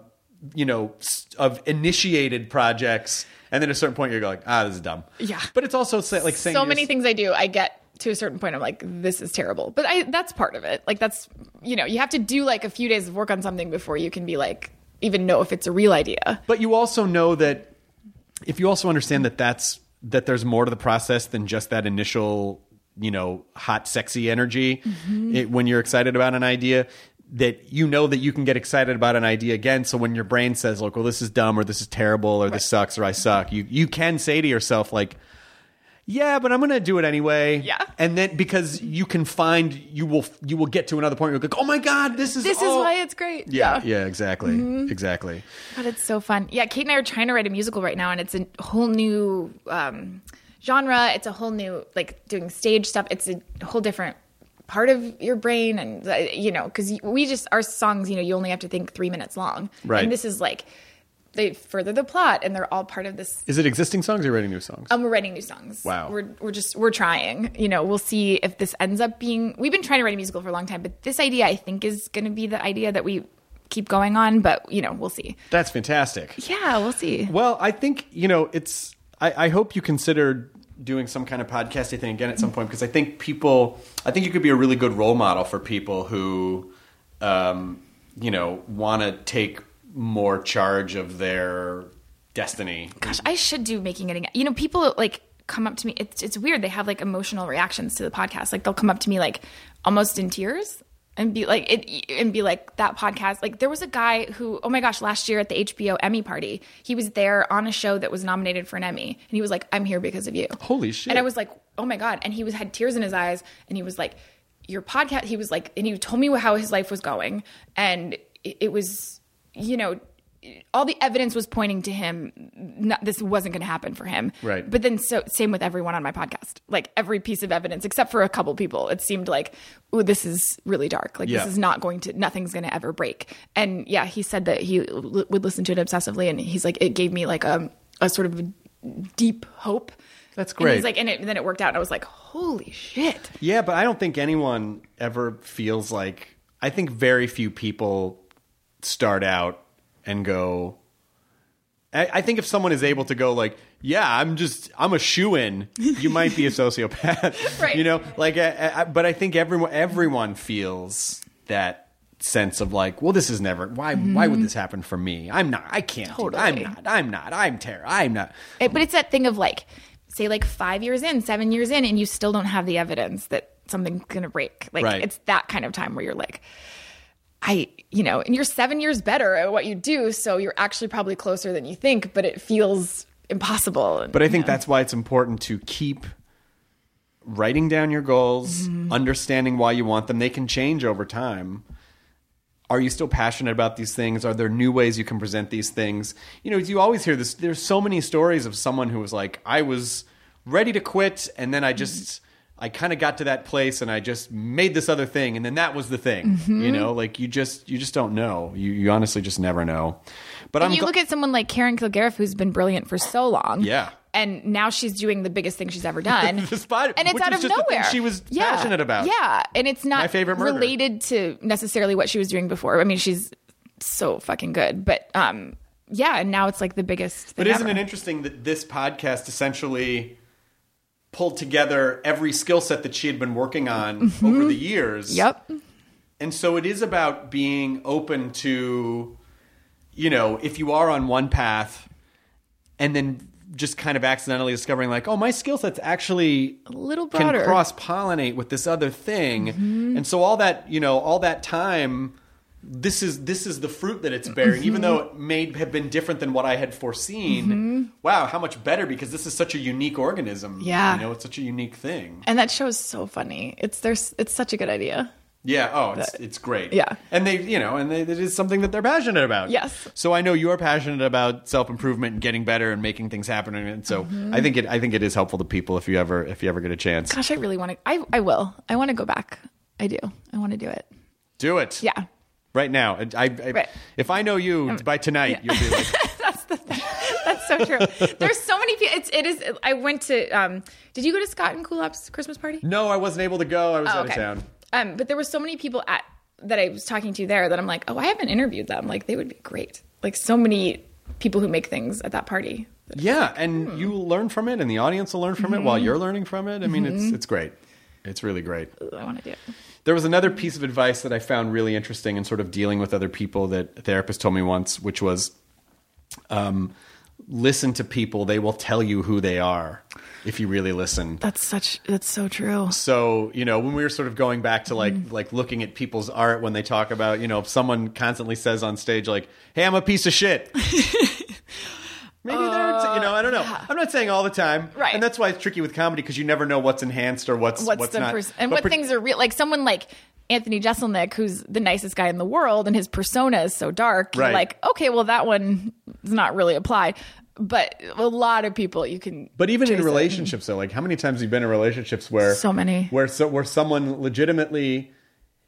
[SPEAKER 2] you know, s- of initiated projects, and then at a certain point you're like, ah, this is dumb.
[SPEAKER 6] Yeah.
[SPEAKER 2] But it's also sa- like saying
[SPEAKER 6] so
[SPEAKER 2] to
[SPEAKER 6] many
[SPEAKER 2] yourself-
[SPEAKER 6] things i do i get to a certain point i'm like this is terrible but i that's part of it like that's you know you have to do like a few days of work on something before you can be like even know if it's a real idea
[SPEAKER 2] But you also know that if you also understand that that's that there's more to the process than just that initial, you know, hot sexy energy
[SPEAKER 6] Mm-hmm.
[SPEAKER 2] it, when you're excited about an idea that you know that you can get excited about an idea again so when your brain says like well this is dumb or this is terrible or this sucks or I suck you you can say to yourself like yeah but I'm going to do it anyway
[SPEAKER 6] Yeah.
[SPEAKER 2] and then because you can find you will you will get to another point where you're like oh my god this is
[SPEAKER 6] this is
[SPEAKER 2] all-
[SPEAKER 6] why it's Mm-hmm. great
[SPEAKER 2] Oh, yeah yeah exactly exactly
[SPEAKER 6] God, it's so fun. Yeah, Kate and I are trying to write a musical right now, and it's a whole new um, genre. It's a whole new like doing stage stuff. It's a whole different part of your brain, and uh, you know, because we just our songs, you know, you only have to think three minutes long,
[SPEAKER 2] Right.
[SPEAKER 6] And this is like they further the plot, and they're all part of this.
[SPEAKER 2] Is it existing songs or writing new songs?
[SPEAKER 6] Um, we're writing new songs.
[SPEAKER 2] Wow.
[SPEAKER 6] We're we're just we're trying. You know, we'll see if this ends up being. We've been trying to write a musical for a long time, but this idea I think is going to be the idea that we keep going on. But you know, we'll see.
[SPEAKER 2] That's fantastic.
[SPEAKER 6] Yeah, we'll see.
[SPEAKER 2] Well, I think you know it's. I, I hope you consider doing some kind of podcasting thing again at some point because I think people. I think you could be a really good role model for people who, um, you know, want to take more charge of their destiny.
[SPEAKER 6] gosh, I should do making it again. You know, people like come up to me. It's it's weird. They have like emotional reactions to the podcast. Like they'll come up to me like almost in tears and be like it and be like that podcast. Like there was a guy who oh my gosh, last year at the HBO Emmy party, he was there on a show that was nominated for an Emmy, and he was like, "I'm here because of you."
[SPEAKER 2] Holy shit.
[SPEAKER 6] And I was like, "Oh my god!" And he was had tears in his eyes, and he was like, "Your podcast." He was like, and he told me how his life was going, and it, it was you know all the evidence was pointing to him not, this wasn't going to happen for him
[SPEAKER 2] Right.
[SPEAKER 6] but then so same with everyone on my podcast like every piece of evidence except for a couple people it seemed like ooh this is really dark like
[SPEAKER 2] Yeah.
[SPEAKER 6] this is not going to nothing's going to ever break and yeah he said that he l- would listen to it obsessively and he's like it gave me like a, a sort of deep hope
[SPEAKER 2] That's
[SPEAKER 6] and
[SPEAKER 2] great.
[SPEAKER 6] he's like and it, then it worked out and i was like holy shit
[SPEAKER 2] Yeah, but I don't think anyone ever feels like. I think very few people start out and go. I, I think if someone is able to go like, yeah, I'm just I'm a shoe in, you might be a sociopath,
[SPEAKER 6] Right.
[SPEAKER 2] You know, like, I, I, but I think everyone everyone feels that sense of like, well, this is never why why would this happen for me? I'm not, I can't, do it. I'm
[SPEAKER 6] Mm-hmm. Totally.
[SPEAKER 2] not, I'm not, I'm terror, I'm not.
[SPEAKER 6] It- but it's that thing of like, say like five years in, seven years in, and you still don't have the evidence that something's gonna break. Like
[SPEAKER 2] Right.
[SPEAKER 6] it's that kind of time where you're like, I, you know, and you're seven years better at what you do, so you're actually probably closer than you think, but it feels impossible.
[SPEAKER 2] But I think that's why it's important to keep writing down your goals,
[SPEAKER 6] Mm-hmm.
[SPEAKER 2] understanding why you want them. They can change over time. Are you still passionate about these things? Are there new ways you can present these things? You know, you always hear this. There's so many stories of someone who was like, I was ready to quit, and
[SPEAKER 6] Mm-hmm.
[SPEAKER 2] then I just. I kind of got to that place and I just made this other thing and then that was the thing.
[SPEAKER 6] Mm-hmm.
[SPEAKER 2] You know, like you just you just don't know. You you honestly just never know. But
[SPEAKER 6] and
[SPEAKER 2] I'm
[SPEAKER 6] you
[SPEAKER 2] gl-
[SPEAKER 6] look at someone like Karen Kilgariff, who's been brilliant for so long.
[SPEAKER 2] Yeah.
[SPEAKER 6] And now she's doing the biggest thing she's ever done.
[SPEAKER 2] The spot-
[SPEAKER 6] and it's
[SPEAKER 2] which
[SPEAKER 6] out
[SPEAKER 2] was
[SPEAKER 6] of
[SPEAKER 2] just the thing
[SPEAKER 6] nowhere.
[SPEAKER 2] she was passionate about.
[SPEAKER 6] Yeah. And it's not
[SPEAKER 2] My Favorite Murder.
[SPEAKER 6] related to necessarily what she was doing before. I mean, she's so fucking good. But um, yeah, and now it's like the biggest thing.
[SPEAKER 2] But isn't
[SPEAKER 6] ever.
[SPEAKER 2] it interesting that this podcast essentially pulled together every skill set that she had been working on over the years?
[SPEAKER 6] Mm-hmm. Yep.
[SPEAKER 2] And so it is about being open to, you know, if you are on one path and then just kind of accidentally discovering, like, oh, my skill set's actually a
[SPEAKER 6] little
[SPEAKER 2] Can
[SPEAKER 6] broader.
[SPEAKER 2] cross pollinate with this other thing.
[SPEAKER 6] Mm-hmm.
[SPEAKER 2] And so all that, you know, all that time. This is this is the fruit that it's bearing,
[SPEAKER 6] Mm-hmm.
[SPEAKER 2] even though it may have been different than what I had foreseen. Wow, how much better because this is such a unique organism.
[SPEAKER 6] Yeah.
[SPEAKER 2] you know, it's such a unique thing.
[SPEAKER 6] And that show is so funny. It's there's it's such a good idea.
[SPEAKER 2] Yeah. Oh, it's, it's great.
[SPEAKER 6] yeah.
[SPEAKER 2] And they, you know, and they, it is something that they're passionate about.
[SPEAKER 6] Yes.
[SPEAKER 2] So I know you're passionate about self improvement and getting better and making things happen, and so
[SPEAKER 6] Mm-hmm.
[SPEAKER 2] I think it, I think it is helpful to people if you ever, if you ever get a chance,
[SPEAKER 6] Gosh, I really want to. I I will. I want to go back. I do. I want to do it.
[SPEAKER 2] do it.
[SPEAKER 6] Yeah.
[SPEAKER 2] Right now, I, I, I-
[SPEAKER 6] Right.
[SPEAKER 2] if I know you by tonight, you'll be like,
[SPEAKER 6] That's so true. There's so many people. It's, it is. I went to. Um, did you go to Scott and Kulop's Christmas party?
[SPEAKER 2] no, I wasn't able to go.
[SPEAKER 6] Oh,
[SPEAKER 2] I was out of town.
[SPEAKER 6] Um, but there were so many people at that I was talking to there that I'm like, oh, I haven't interviewed them. Like they would be great. Like so many people who make things at that party.
[SPEAKER 2] Yeah, and
[SPEAKER 6] Hmm.
[SPEAKER 2] you learn from it, and the audience will learn from
[SPEAKER 6] Mm-hmm.
[SPEAKER 2] it while you're learning from it. I mean, it's it's great. It's really great.
[SPEAKER 6] I want to do. it.
[SPEAKER 2] There was another piece of advice that I found really interesting in sort of dealing with other people that a therapist told me once, which was um, listen to people. They will tell you who they are if you really listen.
[SPEAKER 6] That's such. That's so true.
[SPEAKER 2] So, you know, when we were sort of going back to like
[SPEAKER 6] Mm-hmm.
[SPEAKER 2] like looking at people's art when they talk about, you know, if someone constantly says on stage like, "Hey, I'm a piece of shit." Maybe they're, you know, I don't know. I'm not saying all the time,
[SPEAKER 6] Uh, Right.
[SPEAKER 2] And that's why it's tricky with comedy because you never know what's enhanced or what's
[SPEAKER 6] What's,
[SPEAKER 2] what's,
[SPEAKER 6] the
[SPEAKER 2] not.
[SPEAKER 6] person and
[SPEAKER 2] But
[SPEAKER 6] what
[SPEAKER 2] pre-
[SPEAKER 6] things are real? Like someone like Anthony Jeselnik, who's the nicest guy in the world, and his persona is so dark.
[SPEAKER 2] Right.
[SPEAKER 6] You're like, okay, well that one does not really apply. But a lot of people you can.
[SPEAKER 2] But even in
[SPEAKER 6] trace it.
[SPEAKER 2] relationships, though, like how many times have you been in relationships where
[SPEAKER 6] So many.
[SPEAKER 2] where so, where someone legitimately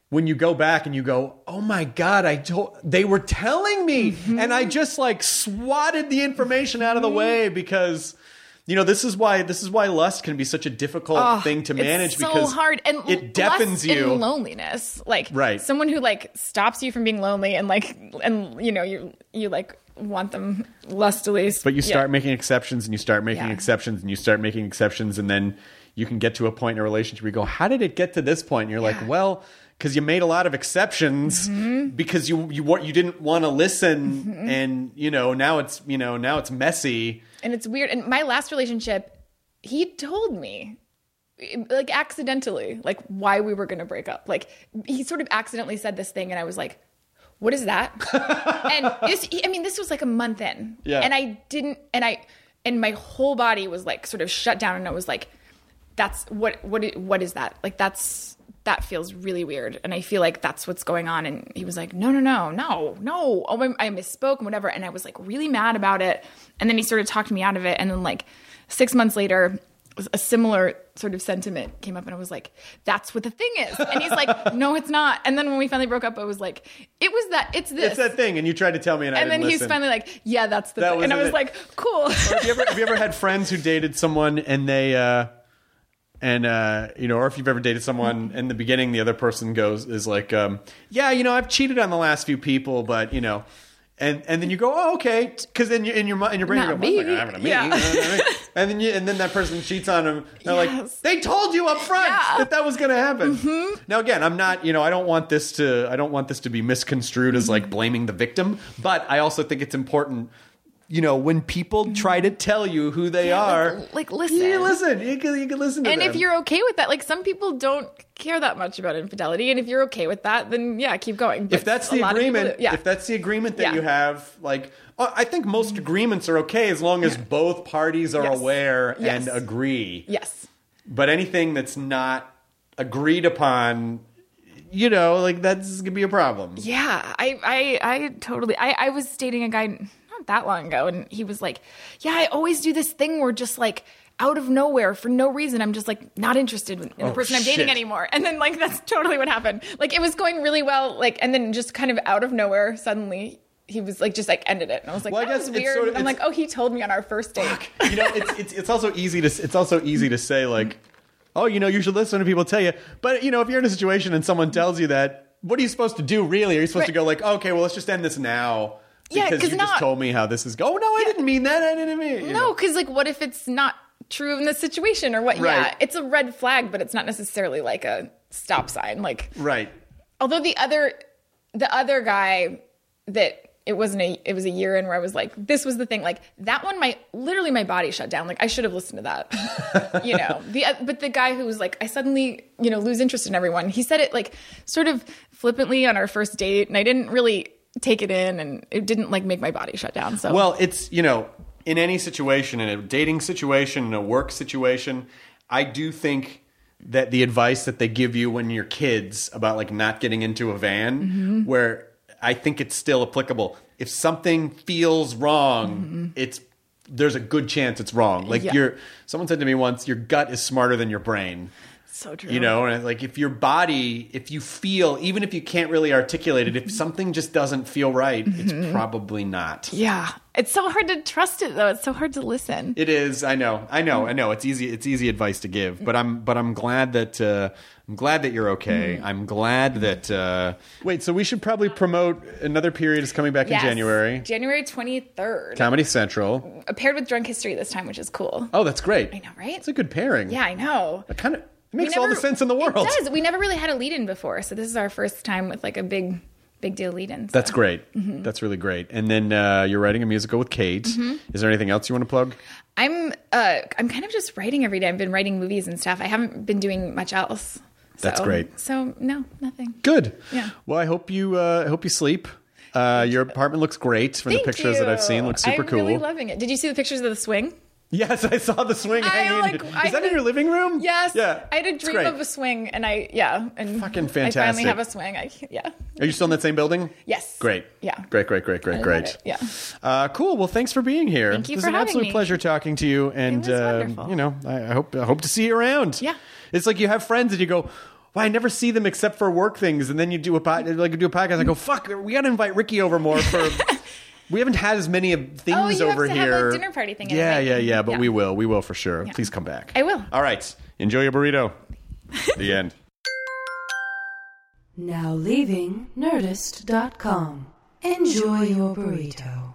[SPEAKER 2] when you go back and you go, oh my God, I told, they were telling me.
[SPEAKER 6] Mm-hmm.
[SPEAKER 2] And I just like swatted the information out of the way because. You know, this is why this is why lust can be such a difficult thing to
[SPEAKER 6] Ah, It's
[SPEAKER 2] manage
[SPEAKER 6] so
[SPEAKER 2] because
[SPEAKER 6] hard and
[SPEAKER 2] it deafens
[SPEAKER 6] lust
[SPEAKER 2] you.
[SPEAKER 6] and loneliness like
[SPEAKER 2] Right.
[SPEAKER 6] someone who like stops you from being lonely and like and you know you you like want them lustily
[SPEAKER 2] But you
[SPEAKER 6] Yeah.
[SPEAKER 2] start making exceptions and you start making
[SPEAKER 6] Yeah.
[SPEAKER 2] exceptions and you start making exceptions and then you can get to a point in a relationship where you go, How did it get to this point? And you're like,
[SPEAKER 6] Yeah. Mm-hmm.
[SPEAKER 2] Well, because you made a lot of exceptions because you you wa- you didn't want to listen and you know now it's you know now it's messy
[SPEAKER 6] and it's weird and my last relationship he told me like accidentally like why we were going to break up like he sort of accidentally said this thing and i was like what is that and this i mean this was like a month in
[SPEAKER 2] Yeah.
[SPEAKER 6] and i didn't and i and my whole body was like sort of shut down and i was like that's what what i- what is that like that's that feels really weird and i feel like that's what's going on and he was like no no no no no oh my, i misspoke and whatever and i was like really mad about it and then he sort of talked me out of it and then like six months later a similar sort of sentiment came up and i was like that's what the thing is and he's like no it's not and then when we finally broke up i was like it was that it's this
[SPEAKER 2] it's that thing and you tried to tell me and, I
[SPEAKER 6] and
[SPEAKER 2] didn't
[SPEAKER 6] then he's
[SPEAKER 2] listen.
[SPEAKER 6] finally like yeah that's the
[SPEAKER 2] That
[SPEAKER 6] thing and i was
[SPEAKER 2] wasn't
[SPEAKER 6] like cool
[SPEAKER 2] have you ever have you ever had friends who dated someone and they uh and uh you know or if you've ever dated someone in the beginning the other person goes is like um yeah you know I've cheated on the last few people but you know and and then you go oh okay because then you, in your mi- in your brain
[SPEAKER 6] Not
[SPEAKER 2] you go
[SPEAKER 6] me.
[SPEAKER 2] well, I'm not gonna
[SPEAKER 6] Yeah.
[SPEAKER 2] meet you." and then you and then that person cheats on them they're
[SPEAKER 6] Yes.
[SPEAKER 2] like they told you up front
[SPEAKER 6] Yeah. Mm-hmm.
[SPEAKER 2] that that was gonna happen now again I'm not you know I don't want this to I don't want this to be misconstrued as like blaming the victim but I also think it's important you know, when people try to tell you who they are,
[SPEAKER 6] Mm-hmm. like- like, listen.
[SPEAKER 2] you listen, you can, you can listen to
[SPEAKER 6] and
[SPEAKER 2] them.
[SPEAKER 6] if you're okay with that like some people don't care that much about infidelity and if you're okay with that then yeah keep going
[SPEAKER 2] if
[SPEAKER 6] But
[SPEAKER 2] that's
[SPEAKER 6] a
[SPEAKER 2] the
[SPEAKER 6] lot of people
[SPEAKER 2] agreement,
[SPEAKER 6] do- yeah
[SPEAKER 2] if that's the agreement that
[SPEAKER 6] Yeah. Mm-hmm.
[SPEAKER 2] you have, like uh, I think most agreements are okay as long as both parties are
[SPEAKER 6] Yes.
[SPEAKER 2] aware
[SPEAKER 6] Yes.
[SPEAKER 2] and agree.
[SPEAKER 6] yes
[SPEAKER 2] But anything that's not agreed upon, you know, like that's gonna be a problem.
[SPEAKER 6] Yeah, I, I, I totally. I, I was dating a guy not that long ago, and he was like, "Yeah, I always do this thing where just like out of nowhere for no reason, I'm just like not interested in the
[SPEAKER 2] Oh,
[SPEAKER 6] person I'm
[SPEAKER 2] shit.
[SPEAKER 6] dating anymore." And then like that's totally what happened. Like it was going really well, like and then just kind of out of nowhere, suddenly he was like just like ended it, and I was like,
[SPEAKER 2] Well, I
[SPEAKER 6] "That
[SPEAKER 2] guess
[SPEAKER 6] was
[SPEAKER 2] it's
[SPEAKER 6] weird."
[SPEAKER 2] sort of-
[SPEAKER 6] I'm like,
[SPEAKER 2] it's-
[SPEAKER 6] "Oh, he told me on our first date."
[SPEAKER 2] you know, it's, it's it's also easy to it's also easy to say like, oh, you know, you should listen to people tell you. But you know, if you're in a situation and someone tells you that, what are you supposed to do? Really, are you supposed to
[SPEAKER 6] Right.
[SPEAKER 2] go like, okay, well, let's just end this now
[SPEAKER 6] Yeah,
[SPEAKER 2] because
[SPEAKER 6] 'cause
[SPEAKER 2] you just
[SPEAKER 6] not-
[SPEAKER 2] told me how this is going. Oh no, I didn't mean that. I didn't mean you
[SPEAKER 6] No,
[SPEAKER 2] know.
[SPEAKER 6] because like, what if it's not true in this situation or what?
[SPEAKER 2] Right.
[SPEAKER 6] Yeah, it's a red flag, but it's not necessarily like a stop sign. Like,
[SPEAKER 2] Right.
[SPEAKER 6] although the other the other guy that it wasn't a it was a year in where I was like this was the thing like that one my literally my body shut down like I should have listened to that you know the but the guy who was like I suddenly you know lose interest in everyone he said it like sort of flippantly on our first date and I didn't really take it in and it didn't like make my body shut down so
[SPEAKER 2] Well, it's you know, in any situation, in a dating situation, in a work situation, I do think that the advice that they give you when you're kids about like not getting into a van,
[SPEAKER 6] Mm-hmm.
[SPEAKER 2] where I think it's still applicable. If something feels wrong, it's there's a good chance it's wrong. Like
[SPEAKER 6] Mm-hmm. Yeah.
[SPEAKER 2] your someone said to me once, your gut is smarter than your brain.
[SPEAKER 6] so true
[SPEAKER 2] You know, and like if your body, if you feel, even if you can't really articulate
[SPEAKER 6] Mm-hmm.
[SPEAKER 2] it, if something just doesn't feel right, it's probably not.
[SPEAKER 6] yeah it's so hard to trust it though it's so hard to listen
[SPEAKER 2] It is. I know. I know. I know. It's easy. It's easy advice to give. But I'm. But I'm glad that. Uh, I'm glad that you're okay. I'm glad that. Uh, Hmm. Wait. So we should probably promote another period is coming back
[SPEAKER 6] Yes.
[SPEAKER 2] in January.
[SPEAKER 6] January 23rd
[SPEAKER 2] Comedy Central.
[SPEAKER 6] paired with drunk history this time which is cool
[SPEAKER 2] Oh, that's great. I
[SPEAKER 6] know, right?
[SPEAKER 2] It's a good pairing.
[SPEAKER 6] yeah I know
[SPEAKER 2] It kind of
[SPEAKER 6] We
[SPEAKER 2] makes all
[SPEAKER 6] never-
[SPEAKER 2] the sense in the world.
[SPEAKER 6] It does. We never really had a lead in before, so this is our first time with like a big, big deal lead in.
[SPEAKER 2] That's great.
[SPEAKER 6] Mm-hmm.
[SPEAKER 2] That's really great. And then uh, you're writing a musical with Kate. Is there anything else you want to plug?
[SPEAKER 6] I'm, uh, I'm kind of just writing every day. I've been writing movies and stuff. I haven't been doing much else.
[SPEAKER 2] That's
[SPEAKER 6] So-
[SPEAKER 2] great.
[SPEAKER 6] So no, nothing.
[SPEAKER 2] Good.
[SPEAKER 6] Yeah.
[SPEAKER 2] Well, I hope you. Uh, I hope you sleep. Uh, your apartment looks great from
[SPEAKER 6] Thank
[SPEAKER 2] the pictures that I've seen.
[SPEAKER 6] you.
[SPEAKER 2] Looks super
[SPEAKER 6] I'm
[SPEAKER 2] cool.
[SPEAKER 6] really loving it. Did you see the pictures of the swing?
[SPEAKER 2] Yes, I saw the swing
[SPEAKER 6] I,
[SPEAKER 2] hanging.
[SPEAKER 6] like, I
[SPEAKER 2] Is that in
[SPEAKER 6] had-
[SPEAKER 2] your living room?
[SPEAKER 6] Yes.
[SPEAKER 2] Yeah.
[SPEAKER 6] I had a
[SPEAKER 2] It's
[SPEAKER 6] dream
[SPEAKER 2] great.
[SPEAKER 6] of a swing, and I yeah, and
[SPEAKER 2] Fucking
[SPEAKER 6] I finally
[SPEAKER 2] fantastic.
[SPEAKER 6] have a swing. I yeah.
[SPEAKER 2] Are you still in that same building?
[SPEAKER 6] Yes.
[SPEAKER 2] Great.
[SPEAKER 6] Yeah.
[SPEAKER 2] Great, great, great, great,
[SPEAKER 6] love
[SPEAKER 2] great.
[SPEAKER 6] it. Yeah.
[SPEAKER 2] Uh, cool. Well, thanks for being here.
[SPEAKER 6] Thank you
[SPEAKER 2] This is
[SPEAKER 6] for
[SPEAKER 2] an
[SPEAKER 6] having
[SPEAKER 2] absolute
[SPEAKER 6] me.
[SPEAKER 2] pleasure talking to you, and
[SPEAKER 6] was
[SPEAKER 2] uh,
[SPEAKER 6] wonderful.
[SPEAKER 2] you know, I, I hope I hope to see you around.
[SPEAKER 6] Yeah.
[SPEAKER 2] It's like you have friends and you go. Why I never see them except for work things, and then you do a pod, like you do a podcast. I go, fuck, we gotta invite Ricky over more for. we haven't had as many of things
[SPEAKER 6] Oh, you have
[SPEAKER 2] over
[SPEAKER 6] to have
[SPEAKER 2] here.
[SPEAKER 6] a dinner party thing at
[SPEAKER 2] Yeah,
[SPEAKER 6] night.
[SPEAKER 2] yeah, yeah. But
[SPEAKER 6] Yeah.
[SPEAKER 2] we will, we will for sure. Please come back.
[SPEAKER 6] I will.
[SPEAKER 2] All right, enjoy your burrito. the end.
[SPEAKER 5] Now leaving Nerdist.com. Enjoy your burrito.